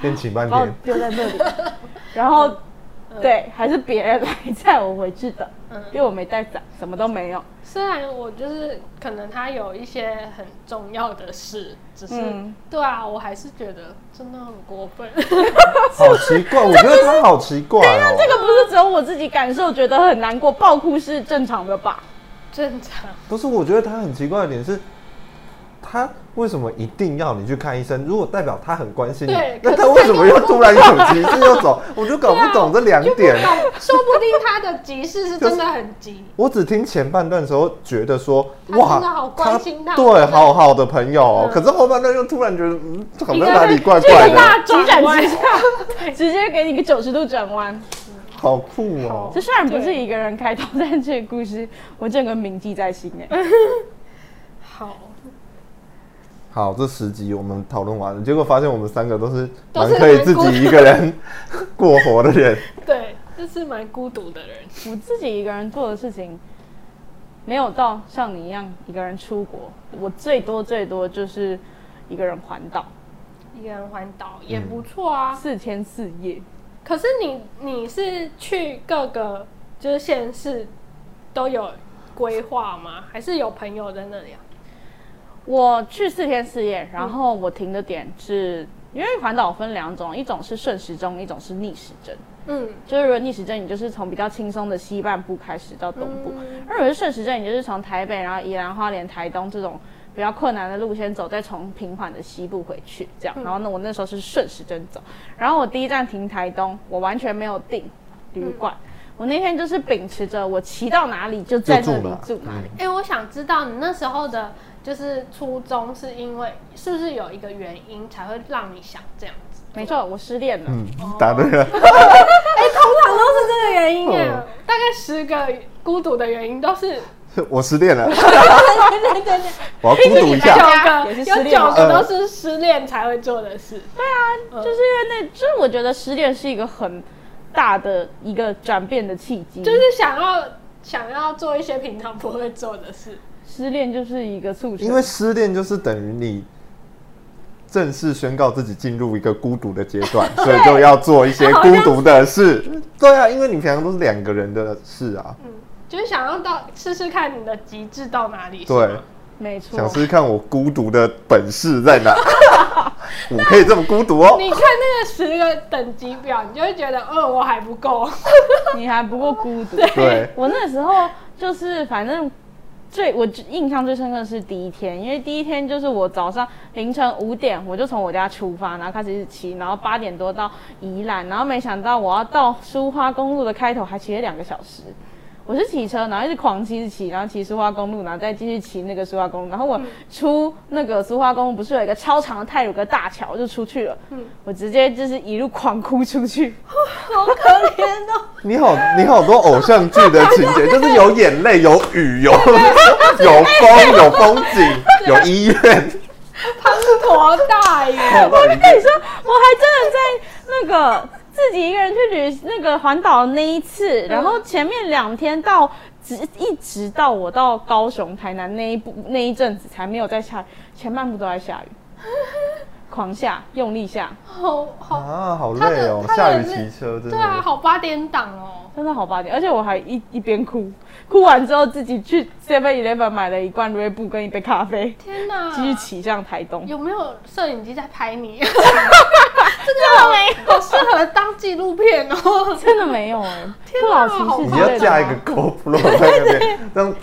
S1: 练琴半
S3: 把我
S1: 天，
S3: 丢在那里， 然后、对，还是别人来载我回去的，
S2: 嗯
S3: 因为我没带伞，什么都没有。
S2: 虽然我就是可能他有一些很重要的事，只是、
S3: 嗯
S2: 对啊，我还是觉得真的很过 分。
S1: 好奇怪，我觉得他好奇怪哦。
S3: 啊这个不是只有我自己感受，觉得很难过，爆哭是正常的吧？
S2: 正常，
S1: 不是，我觉得他很奇怪的点是，他为什么一定要你去看医生？如果代表他很关心你
S2: 对，
S1: 那
S2: 可是啊
S1: 他为什么又突然有急事又走？ 我就搞不懂这两
S2: 就不
S1: 点。
S2: 懂，说不定他的急事是真的很急。
S1: 我只听前半段的时候觉得说，
S2: 他真的好关心他
S1: 对，好好的朋友哦。
S2: 嗯
S1: 可是后半段又突然觉得，嗯，好
S2: 一
S1: 像
S2: 个
S1: 哪里怪
S3: 巨
S1: 怪
S3: 大
S1: 的，
S3: 急转直下
S2: 转，
S3: 直接给你个九十度转弯。
S1: 好酷哦
S2: 好。
S3: 这虽然不是一个人开头，但这个故事我整个铭记在心哎。
S2: 好，
S1: 好，这十集我们讨论完了，结果发现我们三个都是
S2: 都
S1: 蛮
S2: 是
S1: 可以自
S2: 蛮孤
S1: 己一个人 过活的人。
S2: 对，这是蛮孤独的人。
S3: 我自己一个人做的事情，没有到像你一样一个人出国。我最多最多就是一个人环岛
S2: 一个人环岛也不错啊。
S3: 四天四夜。
S2: 可是你你是去各个就是县市都有规划吗？还是有朋友在那里啊？
S3: 我去四天四夜，然后我停的点是，因为环岛分两种，一种是顺时钟，一种是逆时针。
S2: 嗯，
S3: 就是如果逆时针，你就是从比较轻松的西半部开始到东部；
S2: 嗯
S3: 而如果是顺时针，你就是从台北，然后宜兰花莲、台东这种比较困难的路线走，再从平缓的西部回去，
S2: 嗯
S3: 这样。然后呢，我那时候是顺时针走，然后我第一站停台东，我完全没有订旅
S2: 嗯
S3: 馆，我那天就是秉持着我骑到哪里就在
S1: 就住
S3: 那
S1: 嗯
S3: 里
S1: 哪
S3: 住哪里。
S2: 哎、我想知道你那时候的就是初衷是因为是不是有一个原因才会让你想这样子？
S3: 没错，我失恋了。
S1: 嗯，
S2: 哦
S1: 答对了。
S2: 通常都是这个原因哎、
S1: 哦
S2: 大概十个孤独的原因都 是
S1: 我失恋了，我要孤独一
S2: 哎
S3: 大
S1: 下。
S3: 家
S2: 九个，
S3: 也是
S2: 有
S3: 失恋
S2: 九
S3: 吗
S2: 个都是失恋才会做的事。嗯
S3: 就是因为那，就是我觉得失恋是一个很大的一个转变的契机，
S2: 就是想要想要做一些平常不会做的事。
S3: 失恋就是一个促成，
S1: 因为失恋就是等于你正式宣告自己进入一个孤独的阶 段，所以就要做一些孤独的事。对啊，因为你平常都是两个人的事啊。
S2: 嗯，就是想要到试试看你的极致到哪里。是
S1: 对
S2: 啊吗，
S3: 没错
S1: 想，试试看我孤独的本事在 哪，我可以这么孤独哦。
S2: 你看那个十个等级表，你就会觉得，嗯，我还不 够。
S3: 你还不够孤独。
S1: 对，
S3: 我那时候就是反正最我印象最深刻的是第一天，因为第一天就是我早上凌晨五点我就从我家出发，然后开始一直骑，然后八点多到宜兰，然后没想到我要到苏花公路的开头还骑了两个小时。我是骑车，然后一直狂骑，一直骑，然后骑苏花公路，然后再继续骑那个苏花公路。然后我出那个苏花公路，不是有一个超长的泰鲁阁大桥，我就出去了。我直接就是一路狂哭出去，
S2: 好可怜哦！
S1: 你好，你好多偶像剧的情 节，就是有眼泪、有雨、有 有风、有风景、有医院。
S2: 滂沱大雨，
S1: 我
S3: 我跟你说，我还真的在那个自己一个人去旅那个环岛那一
S2: 嗯
S3: 次，然后前面两天到直一直到我到高雄、台南那一步那一阵子才没有再下雨，前半部都 在下雨，狂下，用力下，
S2: 好好，
S1: 啊，好
S2: 他的
S1: 累哦，
S2: 他的
S1: 下雨
S2: 是
S1: 骑车真
S2: 对啊，
S1: 的。
S2: 好八点档哦。
S3: 真的好八点，而且我还一一边哭，哭完之后自己去 Seven Eleven 买了一罐瑞布跟一杯咖啡，
S2: 天哪！
S3: 继续骑向台东。
S2: 有没有摄影机在拍 你？这个没，好适合当纪录片哦。
S3: 真的没有哎、
S2: 天
S3: 不
S2: 哪
S3: 老骑士
S1: 你
S3: 之
S2: 好哦
S1: 要
S3: 类的
S1: 架一
S3: 吗
S1: 个 GoPro 在那边，这样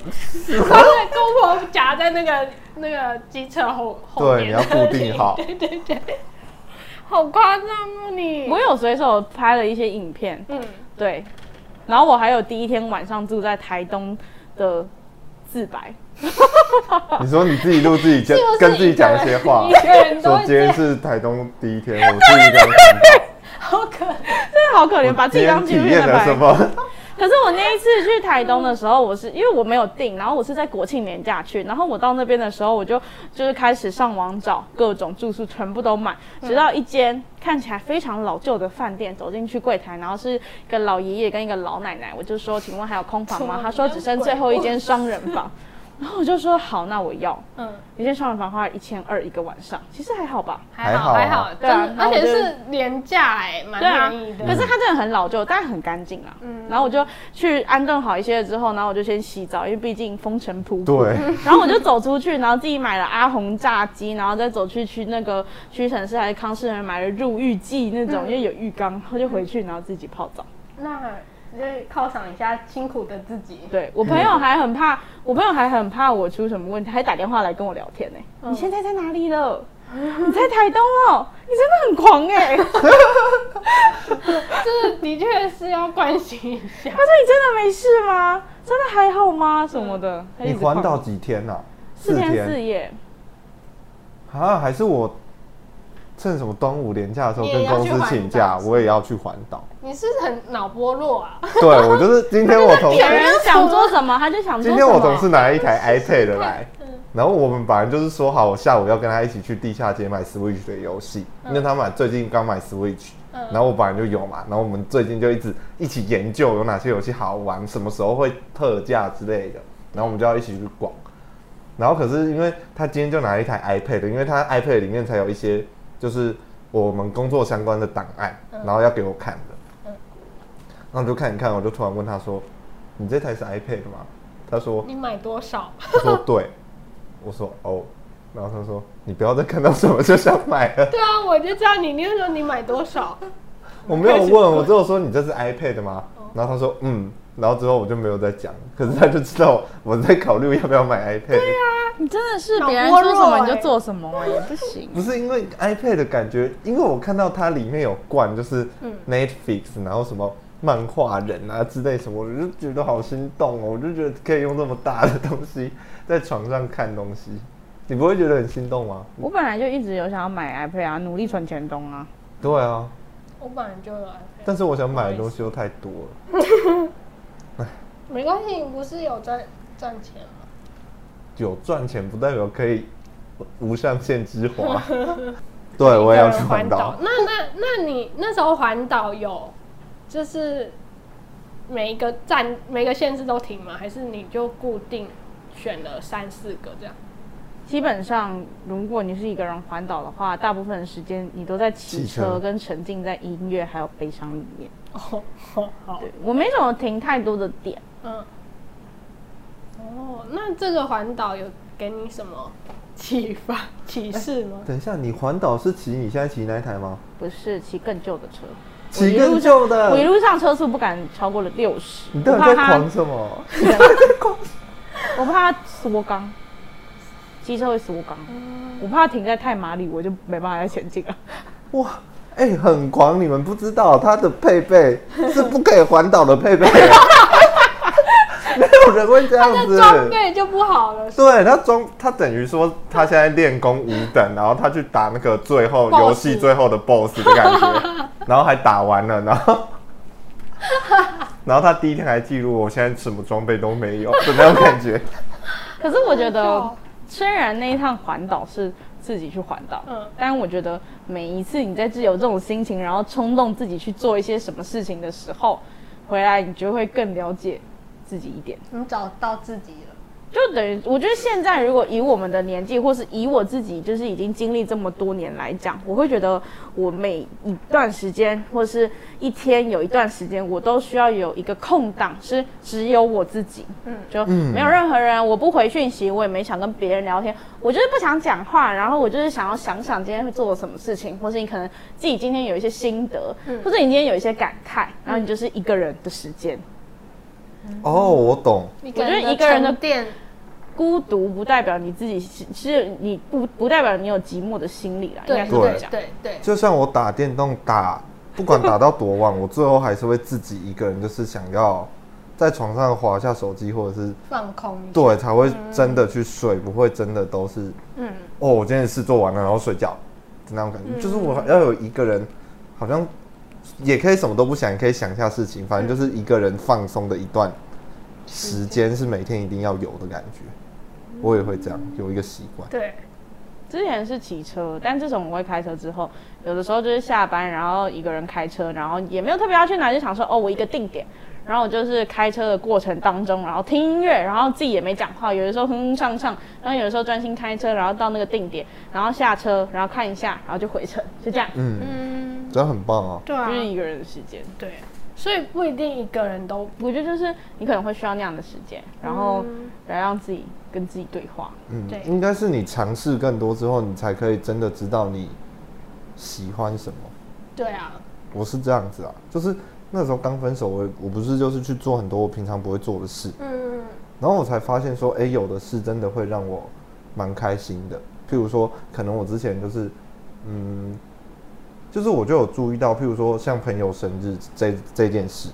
S2: 把那个 GoPro 夹在那个那个机车后后
S1: 对，你
S2: 面，
S1: 要固定 好。
S2: 好夸张哦你。
S3: 我有随手拍了一些影片，
S2: 嗯，
S3: 对，然后我还有第一天晚上住在台东的自白，
S1: 你说你自己录自己讲
S2: 是不，是
S1: 跟自己讲一些 话
S2: 一，个人都
S1: 说
S2: 会
S1: 今
S2: 这
S1: 天
S2: 样，
S1: 是台东第一天，我自己一个 人环岛
S2: 好可怜。
S3: 真的好可怜，把自
S1: 今
S3: 己当
S1: 天
S3: 纪录
S1: 体
S3: 片
S1: 验
S3: 在
S1: 了什
S3: 拍。
S1: 么？
S3: 可是我那一次去台东的时候，我是因为我没有订，然后我是在国庆年假去，然后我到那边的时候，我就就是开始上网找各种住宿，全部都买，直到一间看起来非常老旧的饭店，走进去柜台，然后是一个老爷爷跟一个老奶奶，我就说，请问还有空房吗？他说只剩最后一间双人房，然后我就说好，那我要。
S2: 嗯，
S3: 一间双人房花一千二一个晚上，其实还好吧。
S2: 还好
S1: 还
S2: 还
S1: 好啊，
S2: 好真
S3: 对啊
S2: 的，
S3: 然
S2: 而
S3: 后
S2: 且
S3: 我就是
S2: 廉价哎，蛮
S3: 对啊
S2: 便宜，
S3: 可
S1: 嗯
S2: 的。
S3: 是它真的很老旧，但很干净啦。嗯，然后我就去安顿好一些之后，然后我就先洗澡，因为毕竟风尘仆仆。
S1: 对，
S3: 然后我就走出去，然后自己买了阿红炸鸡，然后再走去去那个屈臣氏还是康士美买了入浴剂那种，因为有浴缸，我就回去然后自己泡澡。
S2: 那就是犒赏一下辛苦的自己。
S1: 嗯
S3: 对我朋友还很怕，我朋友还很怕我出什么问题，还打电话来跟我聊天呢、你现在在哪里了？你在台东哦，你真的很狂哎、
S2: 这的确是要关心一下
S3: 他。说：“你真的没事吗？真的还好吗？什么的？”他一
S1: 你
S3: 直
S1: 环岛
S3: 狂
S1: 几天呐？
S3: 四天四夜，
S1: 啊？还是我趁什么端午连假的时候
S2: 你
S1: 跟
S2: 也要
S1: 公
S2: 去
S1: 司
S2: 环
S1: 请
S2: 岛
S1: 假，
S2: 是
S1: 我也要去环岛。
S2: 你是不是很脑波弱啊？
S1: 对，我就是今天我 同
S3: 别
S1: 事，
S3: 人想做什么他就想做什
S1: 今
S3: 么。
S1: 天我同事拿了一台 iPad 来，然后我们本来就是说好，我下午要跟他一起去地下街买 Switch 的游戏，因为他买最近刚买 Switch，然后我本来就有嘛，然后我们最近就一直一起研究有哪些游戏好玩，什么时候会特价之类的，然后我们就要一起去逛。然后可是因为他今天就拿了一台 iPad，因为他 iPad 里面才有一些就是我们工作相关的档案，然后要给我看的。然后就看一看，我就突然问他说：“你这台是 iPad 吗？”他说：“
S2: 你买多少？
S1: 他说对，我说哦，然后他说你不要再看到什么就想买了。
S2: 对啊，我就知道你，你就说你买多少，
S1: 我没有问，我只有说你这是 iPad 吗？然后他说嗯，然后之后我就没有再讲，可是他就知道我在考虑要不要买 iPad。
S3: 你真的是
S2: 脑
S3: 别人
S2: 波
S3: 说什么
S2: 弱
S3: 你就
S2: 欸
S3: 做什么、也不行。
S1: 不是因为 iPad 的感觉，因为我看到它里面有冠，就是 Netflix，然后什么漫画人啊之类什么，我就觉得好心动哦，我就觉得可以用这么大的东西在床上看东西，你不会觉得很心动吗？
S3: 我本来就一直有想要买 iPad 啊，努力存钱东啊。
S1: 对啊，
S2: 我本来就有啊 iPad，
S1: 但是我想买的东西又太多了。
S2: 没关系，你不是有在赚钱啊吗？
S1: 有赚钱不代表可以无上限之 华。对，我也要去环岛。
S2: 那那那你那时候环岛有，就是每一个站每个县市都停吗？还是你就固定选了三四个 这样？
S3: 基本上，如果你是一个人环岛的话，大部分的时间你都在骑
S1: 骑车
S3: 车，跟沉浸在音乐还有悲伤里面。
S2: 哦，好，好
S3: 对我没怎么停太多的点，
S2: 嗯，哦，那这个环岛有给你什么启发启示 吗？
S1: 等一下，你环岛是骑你现在骑那一台吗？
S3: 不是骑更旧的车。
S1: 骑更旧的
S3: 我一。路上车速不敢超过了六十，
S1: 呃你
S3: 我
S1: 到底
S3: 怕
S1: 在
S3: 它，
S1: 狂什么？
S3: 我怕它缩缸，机车会缩缸，
S2: 嗯
S3: 我怕它停在太马里，我就没办法再前进了。
S1: 哇，哎、很狂！你们不知道它的配备是不可以环岛的配 备， 没有人会这样
S2: 那
S1: 子。
S2: 装备就不好了，
S1: 对他装，他等于说他现在练功五等，然后他去打那个最后
S2: Boss
S1: 游戏最后的 BOSS 的感觉， 然后还打完了，然后然后他第一天还记录我现在什么装备都没有的那种感觉，
S3: 可是我觉
S2: 好
S3: 得
S2: 笑，哦
S3: 虽然那一趟环岛是自己去环岛。
S2: 嗯
S3: 但我觉得每一次你在自己有这种心情，然后冲动自己去做一些什么事情的时候，回来你就会更了解自己一点。
S2: 你嗯找到自己了。
S3: 就等于，我觉得现在如果以我们的年纪，或是以我自己，就是已经经历这么多年来讲，我会觉得我每一段时间或是一天有一段时间，我都需要有一个空档，是只有我自己，嗯，就没有任何人，我不回讯息，我也没想跟别人聊天，我就是不想讲话，然后我就是想要想想今天会做了什么事情，或是你可能自己今天有一些心得，或者你今天有一些感慨，然后你就是一个人的时间，
S1: 哦，我懂，
S2: 我
S3: 觉得一个人的
S2: 店，
S3: 孤独不代表你自己是是你不不代表你有寂寞的心理啦，应
S2: 对
S3: 该是这样
S2: 对
S3: 讲。
S2: 对对，
S1: 就像我打电动打，不管打到多 晚，我最后还是会自己一个人，就是想要在床上滑一下手机，或者是
S2: 放空一下。
S1: 对才会真的去睡，不会真的都是
S2: 嗯，
S1: 哦，我今天的事做完了，然后睡觉那种感觉。就是我要有一个人，好像也可以什么都不想，也可以想一下事情，反正就是一个人放松的一段时间是每天一定要有的感觉。我也会这样，有一个习惯。
S2: 对，
S3: 之前是骑车，但自从我会开车之后，有的时候就是下班，然后一个人开车，然后也没有特别要去哪，就想说哦，我一个定点。然后我就是开车的过程当中，然后听音乐，然后自己也没讲话，有的时候哼哼唱唱，然后有的时候专心开车，然后到那个定点，然后下车，然后看一下，然后就回程，就 这样，
S1: 嗯，
S2: 嗯，
S1: 这样很棒啊。
S2: 对啊
S3: 就，是一个人的时间。
S2: 对，所以不一定一个人都
S3: 我觉得就是你可能会需要那样的时间，然后来让自己跟自己对话。
S1: 嗯
S2: 对，
S1: 应该是你尝试更多之后，你才可以真的知道你喜欢什么。
S2: 对啊，
S1: 我是这样子啊，就是那时候刚分手，我也我不是就是去做很多我平常不会做的事，
S2: 嗯，
S1: 然后我才发现说，哎、有的事真的会让我蛮开心的。譬如说，可能我之前就是，嗯，就是我就有注意到，譬如说像朋友生日这这件事，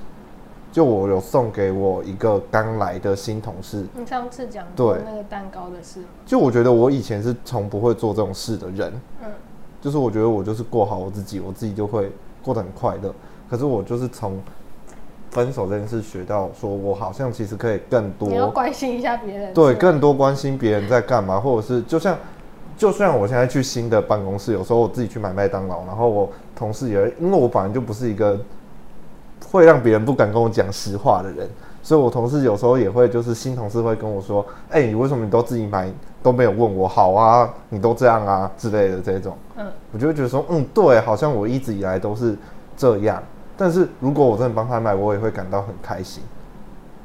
S1: 就我有送给我一个刚来的新同事，
S2: 你上次讲过
S1: 对
S2: 那个蛋糕的事吗？
S1: 就我觉得我以前是从不会做这种事的人，
S2: 嗯
S1: 就是我觉得我就是过好我自己，我自己就会过得很快乐。可是我就是从分手这件事学到，说我好像其实可以更多
S2: 你要关心一下别人。
S1: 对，
S2: 是吗
S1: 更多关心别人在干嘛，或者是就像就像我现在去新的办公室，有时候我自己去买麦当劳，然后我同事也会，因为我本来就不是一个会让别人不敢跟我讲实话的人，所以我同事有时候也会，就是新同事会跟我说：“哎、你为什么你都自己买都没有问我？好啊，你都这样啊之类的这种。”
S2: 嗯，
S1: 我就会觉得说，嗯，对，好像我一直以来都是这样。但是如果我真的帮他买，我也会感到很开心。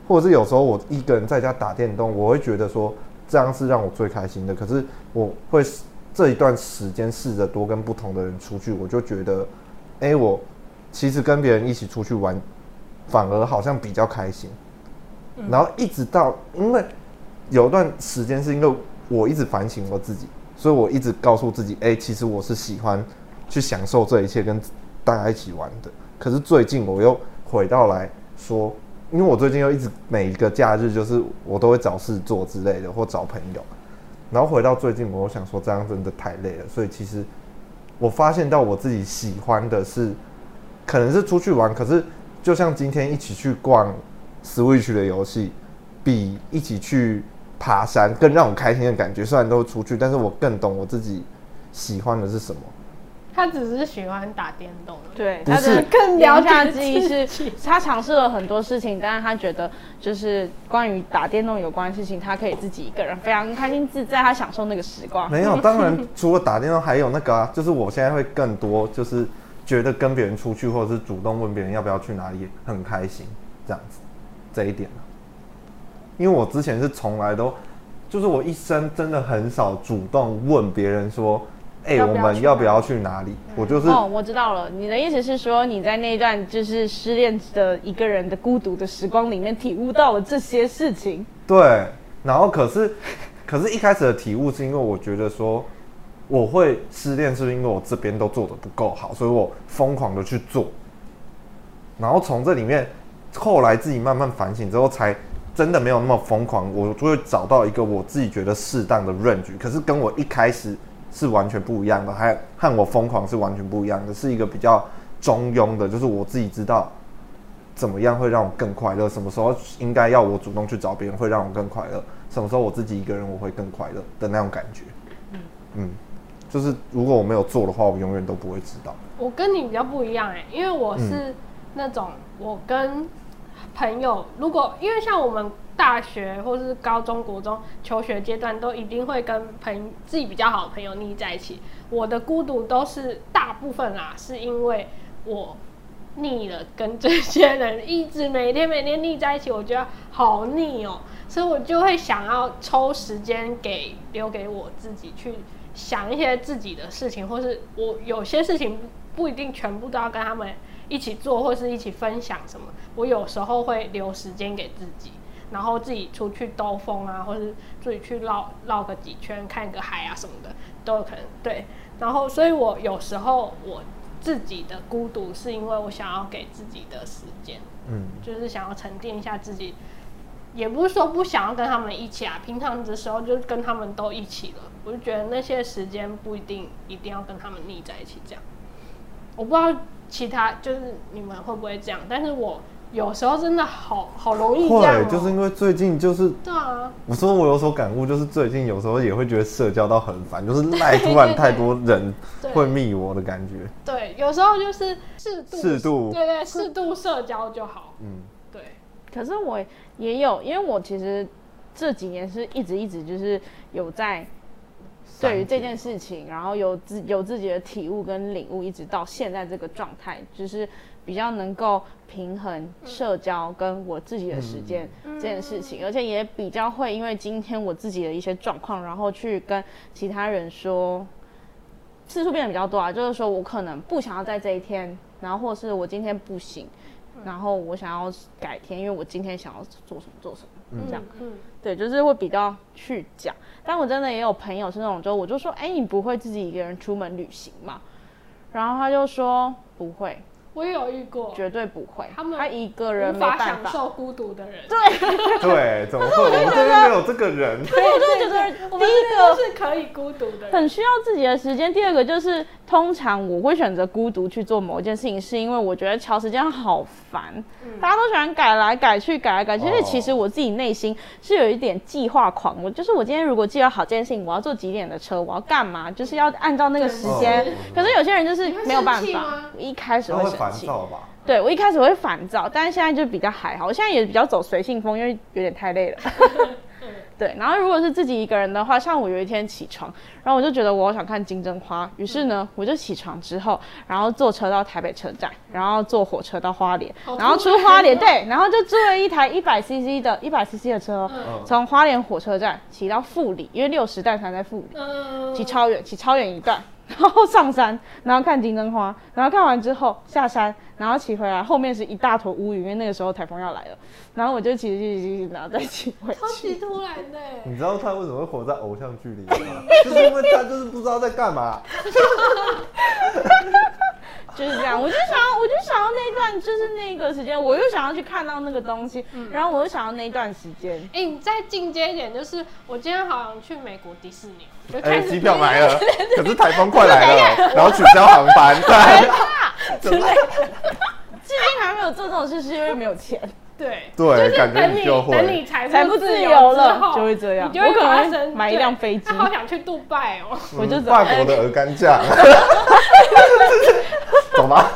S1: 或者是有时候我一个人在家打电动，我会觉得说这样是让我最开心的。可是我会这一段时间试着多跟不同的人出去，我就觉得，哎、我其实跟别人一起出去玩，反而好像比较开心。然后一直到因为有一段时间是因为我一直反省我自己，所以我一直告诉自己，哎、其实我是喜欢去享受这一切，跟大家一起玩的。可是最近我又回到来说，因为我最近又一直每一个假日就是我都会找事做之类的，或找朋友。然后回到最近，我想说这样真的太累了，所以其实我发现到我自己喜欢的是，可能是出去玩，可是就像今天一起去逛 Switch 的游戏，比一起去爬山更让我开心的感觉。虽然都出去，但是我更懂我自己喜欢的是 什么。
S2: 他只是喜欢打电动而已。
S3: 对，
S1: 不
S3: 他
S1: 是
S3: 的
S2: 更了
S3: 聊
S2: 解
S3: 下记忆
S2: 自
S3: 是
S2: 己，
S3: 他尝试了很多事情，但是他觉得就是关于打电动有关的事情，他可以自己一个人非常开心自在，他享受那个时光。
S1: 没有，当然除了打电话，还有那个啊，就是我现在会更多，就是觉得跟别人出去，或者是主动问别人要不要去哪里，很开心这样子，这一点啊、因为我之前是从来都，就是我一生真的很少主动问别人说，哎、
S2: 要不
S1: 我
S2: 要
S1: 们
S2: 去
S1: 要
S2: 哪
S1: 不要去哪里？我就是、
S3: 哦，我知道了，你的意思是说你在那段就是失恋的一个人的孤独的时光里面，体悟到了这些事情。
S1: 对，然后可是， 可是一开始的体悟是因为我觉得说，我会失恋是因为我这边都做的不够好，所以我疯狂的去做，然后从这里面，后来自己慢慢反省之后，才真的没有那么疯狂，我就会找到一个我自己觉得适当的 range，可是跟我一开始是完全不一样的，还和我疯狂是完全不一样的，是一个比较中庸的，就是我自己知道怎么样会让我更快乐？什么时候应该要我主动去找别人会让我更快乐？什么时候我自己一个人我会更快乐的那种感觉？嗯，就是如果我没有做的话，我永远都不会知道。
S2: 我跟你比较不一样哎、因为我
S1: 嗯
S2: 是那种、我跟朋友，如果因为像我们大学或是高中国中求学阶段，都一定会跟朋自己比较好的朋友腻在一起。我的孤独都是大部分啦，是因为我腻了，跟这些人一直每天每天腻在一起，我觉得好腻哦、 所以我就会想要抽时间给留给我自己去想一些自己的事情，或是我有些事情不一定全部都要跟他们一起做，或是一起分享什么。我有时候会留时间给自己，然后自己出去兜风啊，或是自己去绕绕个几圈，看个海啊什么的都有可能。对，然后所以我有时候我自己的孤独是因为我想要给自己的时间。
S1: 嗯，
S2: 就是想要沉淀一下自己，也不是说不想要跟他们一起啊，平常的时候就跟他们都一起了。我就觉得那些时间不一定一定要跟他们腻在一起这样。我不知道其他就是你们会不会这样，但是我有时候真的好好容易这样、
S1: 会
S2: 哦，
S1: 就是因为最近就是
S2: 对啊，
S1: 我说我有所感悟，就是最近有时候也会觉得社交到很烦，就是赖突然太多 人
S2: 对
S1: 会密我的感觉。
S2: 对，有时候就是适度
S1: 适度
S2: 对对，适度社交就好。
S1: 嗯，
S2: 对，
S3: 可是我也有，因为我其实这几年是一直一直就是有在对于这件事情，然后有自有自己的体悟跟领悟，一直到现在这个状态，就是比较能够平衡社交跟我自己的时间这件事情，而且也比较会因为今天我自己的一些状况，然后去跟其他人说。次数变得比较多啊，就是说我可能不想要在这一天，然后或是我今天不行，然后我想要改天，因为我今天想要做什么做什么，这样
S2: 嗯嗯，
S3: 对，就是会比较去讲。但我真的也有朋友是那种，就我就说，哎、你不会自己一个人出门旅行吗？然后他就说不会，
S2: 我也有遇过
S3: 绝对不会，
S2: 哦他们
S3: 一个人
S2: 无
S3: 没
S2: 法
S3: 办
S2: 享
S3: 法。
S2: 受孤独的人。
S1: 对，怎么会？ 我们这边没有这个人。
S3: 对，我就觉得
S2: 我
S3: 第
S2: 们
S3: 一
S2: 这个
S3: 个
S2: 是可以孤独的人，
S3: 很需要自己的时间。第二个就是，通常我会选择孤独去做某一件事情，是因为我觉得调时间好烦，
S2: 嗯
S3: 大家都喜欢改来改去，改来改去。因为
S1: 哦
S3: 其实我自己内心是有一点计划狂，我就是我今天如果计划好这件事情，我要坐几点的车，我要干嘛，就是要按照那个时间
S1: 对。
S3: 可是有些人就是
S2: 哦你会
S3: 没有办
S2: 生气
S3: 法
S2: 吗，
S3: 一开
S1: 嗯
S3: 始
S1: 他
S3: 会
S1: 会
S3: 生
S1: 烦
S3: 气。
S1: 躁吧？
S3: 对我一开始会烦躁，但是现在就比较还好。我现在也比较走随性风，因为有点太 累了。对，然后如果是自己一个人的话，像我有一天起床，然后我就觉得我好想看金针花，于是
S2: 嗯
S3: 呢，我就起床之后，然后坐车到台北车站，然后坐火车到花莲
S2: 好，
S3: 然后
S2: 突
S3: 出
S2: 然
S3: 花
S2: 哦
S3: 莲，对，然后就租了一台一百 CC 的，一百 CC 的车哦，
S1: 嗯
S3: 从花莲火车站骑到富里，因为六十站才在富里。
S2: 嗯，
S3: 骑超远，骑超远一段，然后上山，然后看金针花，然后看完之后下山，然后骑回来，后面是一大坨乌云，因为那个时候台风要来了，然后我就骑骑骑骑，然后再骑回
S2: 超级
S3: 去。
S2: 突然的欸。
S1: 你知道他为什么会活在偶像剧里 吗？就是因为他就是不知道在干嘛。
S3: 就是这样，我就想要，我就想要那段，就是那个时间，我又想要去看到那个东西，
S2: 嗯
S3: 然后我又想要那段时间。
S2: 哎、你再进阶一点，就是我今天好想去美国迪士尼，我就
S1: 哎
S2: 开，始
S1: 机票买了， 可是台风快 来了，然后取消航班。对，
S3: 至今还没有做这种事，是因为没有钱。
S2: 对
S1: 对
S2: 就是
S1: 感觉
S2: 等
S1: 你
S2: 你
S1: 就会
S2: 等你财
S3: 财
S2: 富
S3: 富
S2: 自
S3: 自
S2: 由
S3: 由
S2: 之
S3: 了
S2: 后
S3: 就会这样
S2: 你就会
S3: 我可能
S2: 发
S3: 会
S2: 生
S3: 买一
S2: 对
S3: 辆飞机
S2: 他好想去杜拜哦，
S3: 我就
S1: 嗯
S3: 走
S1: 法国的鹅肝 酱， 走吧。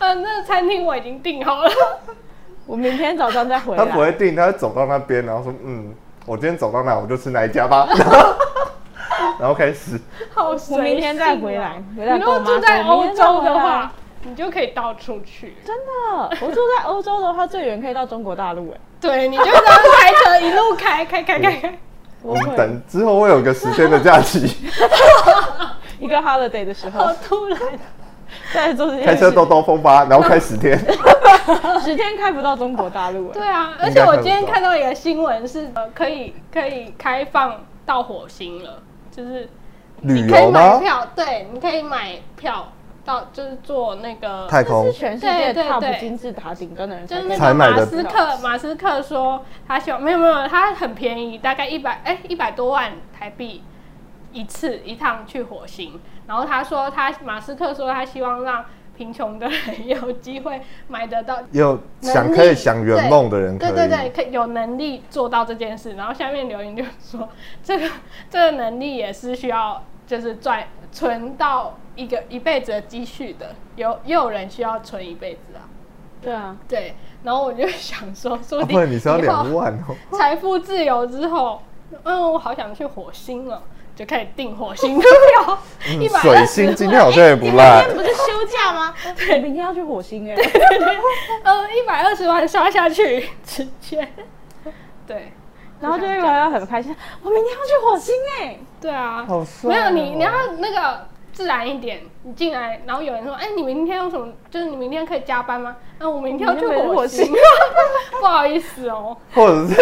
S2: 呃，那个餐厅我已经订好了，
S3: 我明天早上再回
S2: 啊
S1: 他不
S3: 来。
S1: 会定，他会走到那边，然后说：“嗯，我今天走到哪，我就吃哪一家 吧。” 然后开始，
S2: 好随性哦、啊
S3: 我明天再回来回来
S2: 你如果
S3: 跟我妈
S2: 住在
S3: 说
S2: 欧
S3: 明天再
S2: 洲的
S3: 回来
S2: 话，你就可以到处去，
S3: 真的，我住在欧洲的话，最远可以到中国大陆哎、
S2: 对 你就这样开车一路开开开开开，
S1: 我们等之后会有个时间的假期，
S3: 一个 holiday 的时
S2: 好
S3: 候，
S2: 突 然，
S3: 再做这件
S1: 开车
S3: 事
S1: 兜兜风吧，然后开十天。
S3: 十天开不到中国大陆哎、
S2: 对啊，而
S1: 应
S2: 且
S1: 该
S2: 我
S1: 看得
S2: 今天
S1: 到
S2: 看到一个新闻是，呃，可以可以开放到火星了，就是。
S1: 旅
S2: 可以
S1: 游
S2: 买
S1: 吗？
S2: 票，对，你可以买票到就是坐那个，
S1: 太
S3: 这
S1: 空
S3: 是全世
S2: 对
S3: 界
S2: 对
S3: 踏不
S2: 对
S3: 金字塔顶端的人
S2: 就
S3: 才
S2: 是
S3: 可
S2: 那个
S3: 以。
S1: 才买
S2: 马
S1: 的
S2: 斯克，马斯克说他喜欢，没有没有，他很便宜，大概一百哎一百多万台币一次一趟去火星。然后他说他马斯克说他希望让贫穷的人也有机会买得到。
S1: 也有
S2: 能
S1: 想
S2: 力
S1: 可以想圆梦的人可以，
S2: 对对对，可以有能力做到这件事。然后下面留言就说，这个这个能力也是需要，就是赚存到一个一辈子的积蓄的。有也有人需要存一辈子啊，
S3: 对啊，
S2: 对。然后我就想 说，说
S1: 哦不
S2: 不定
S1: 然你是要
S2: 以后
S1: 两万哦，
S2: 财富自由之后，嗯，我好想去火星了，就开始订火星的票，一
S1: 嗯
S2: 百
S1: 水星今天好像也不赖，
S3: 不是休假吗？我明天要去火星哎、
S2: 呃，一百二十万刷下去， 直接，对
S3: 然后就会玩到很开心。我明天要去火星哎、
S2: 对啊，
S1: 好帅哦
S2: 没有你，你要那个自然一点，你进来，然后有人说，哎，你明天有什么？就是你明天可以加班吗？啊，我明天要去火星，
S3: 明
S2: 不好意思哦，
S1: 或者是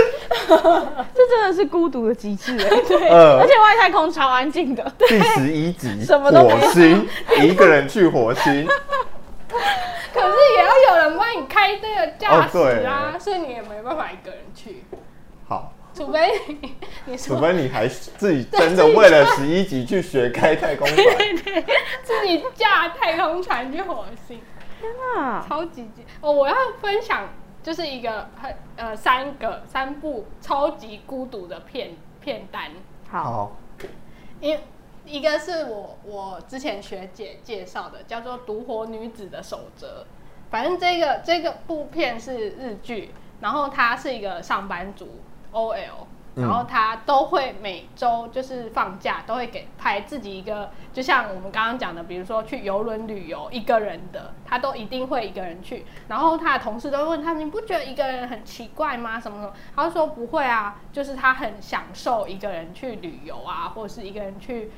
S3: 这真的是孤独的极致哎、
S1: 呃
S3: 而且外太空超安静的，
S1: 第十一集
S3: 什么都没有
S1: 火星一个人去火星，
S2: 可是也要有人帮你开那个驾驶
S1: 哦
S2: 啊，
S1: 对
S2: 所以你也没办法一个人去，
S1: 好，
S2: 除非你你
S1: 除
S2: 说
S1: 非你还自己真的为了十一集去学开太空船，
S2: 自己驾太空船去火星。
S3: 啊，
S2: 超级级哦！我要分享就是一个很呃三个三部超级孤独的片片单，
S3: 好，
S1: 好，
S2: 因一个是我我之前学姐介绍的，叫做《独活女子的守则》。反正这个这个部片是日剧，然后她是一个上班族 OL，
S1: 嗯
S2: 然后她都会每周就是放假都会给排自己一个，就像我们刚刚讲的，比如说去游轮旅游一个人的，她都一定会一个人去。然后她的同事都会问她，你不觉得一个人很奇怪吗？什么什么？她就说不会啊，就是她很享受一个人去旅游啊，或者是一个人去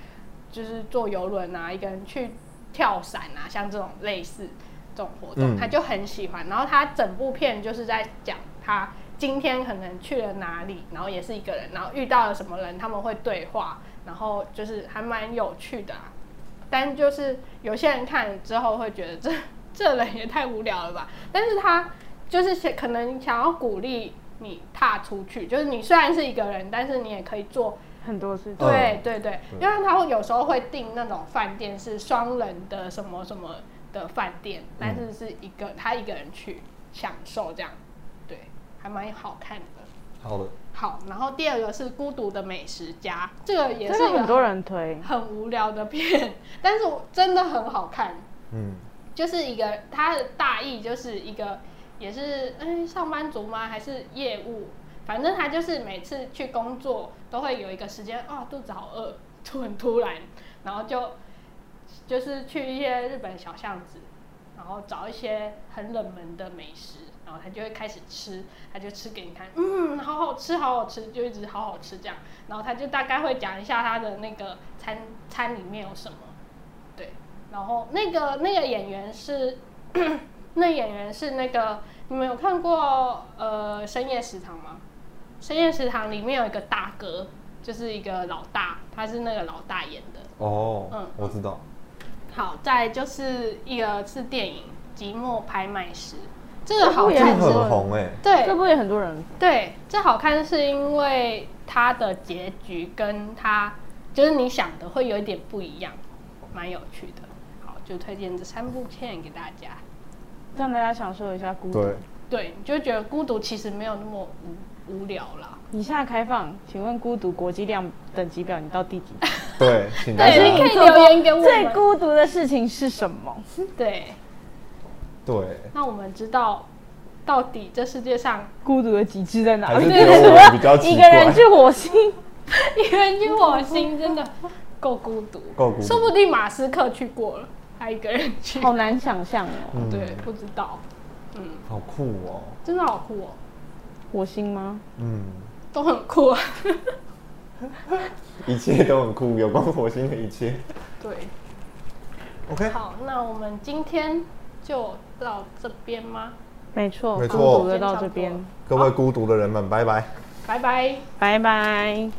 S2: 就是坐游轮啊，一个人去跳伞啊，像这种类似这种活动，
S1: 嗯
S2: 他就很喜欢。然后他整部片就是在讲他今天可能去了哪里，然后也是一个人，然后遇到了什么人，他们会对话，然后就是还蛮有趣的、啊。但就是有些人看了之后会觉得这 这人也太无聊了吧，但是他就是想可能想要鼓励你踏出去，就是你虽然是一个人，但是你也可以做
S3: 很多事情。
S2: 对对对，因为他会有时候会订那种饭店是双人的什么什么的饭店，
S3: 嗯
S2: 但是是一个他一个人去享受这样，对，还蛮好看的。
S1: 好的，
S2: 好，然后第二个是《孤独的美食家》，这个也
S3: 这
S2: 是一
S3: 个
S2: 个
S3: 很多人推，
S2: 很无聊的片，但是我真的很好看。
S1: 嗯，
S2: 就是一个他的大意就是一个也是嗯上班族吗？还是业务？反正他就是每次去工作都会有一个时间哦，肚子好饿，就很突然，然后就就是去一些日本小巷子，然后找一些很冷门的美食，然后他就会开始吃，他就吃给你看，嗯，好好吃，好好吃，就一直好好吃这样，然后他就大概会讲一下他的那个餐餐里面有什么，对，然后那个那个演员是， 那演员是那个你们有看过呃《深夜食堂》吗？《深夜食堂》里面有一个大哥，就是一个老大，他是那个老大演的。
S1: 哦
S2: 嗯，
S1: 我知道，
S2: 好，再来就是一个是电影《寂寞拍卖师》，这个好
S3: 这部也
S1: 这
S2: 看
S3: 很
S2: 是，
S1: 很红哎，
S2: 对，
S3: 这部也很多人
S2: 对，这好看是因为它的结局跟它就是你想的会有一点不一样，蛮有趣的。好，就推荐这三部片给大家。
S3: 让大家享受一下孤独。
S1: 对，
S2: 对，你就觉得孤独其实没有那么无无聊啦。
S3: 以下开放，请问孤独国际量等级表你到 第几级？
S1: 对，请大
S2: 对，
S1: 家
S3: 啊
S2: 你可以留言给我
S3: 最
S2: 们。
S3: 孤独的事情是什么？
S2: 对，
S1: 对，
S2: 那我们知道到底这世界上
S3: 孤独的极致在哪
S1: 还
S3: 里？
S1: 是觉得我比较奇
S3: 一个人
S1: 怪，
S3: 去火星，
S2: 一个人去火星真的够孤独，
S1: 够孤独
S2: 说不定马斯克去过了，他一个人去。
S3: 好难想象哦。
S1: 嗯
S2: 对，不知道，嗯，
S1: 好酷哦，
S2: 真的好酷哦。
S3: 火星吗？
S1: 嗯，
S2: 都很酷啊。
S1: 一切都很酷，有关火星的一切
S2: 对，
S1: ，OK，
S2: 好，那我们今天就到这边吗？
S3: 没错，
S1: 没错
S3: 孤独的到这边，
S1: 各位孤独的人们，拜拜。
S2: 拜拜。
S3: 拜拜。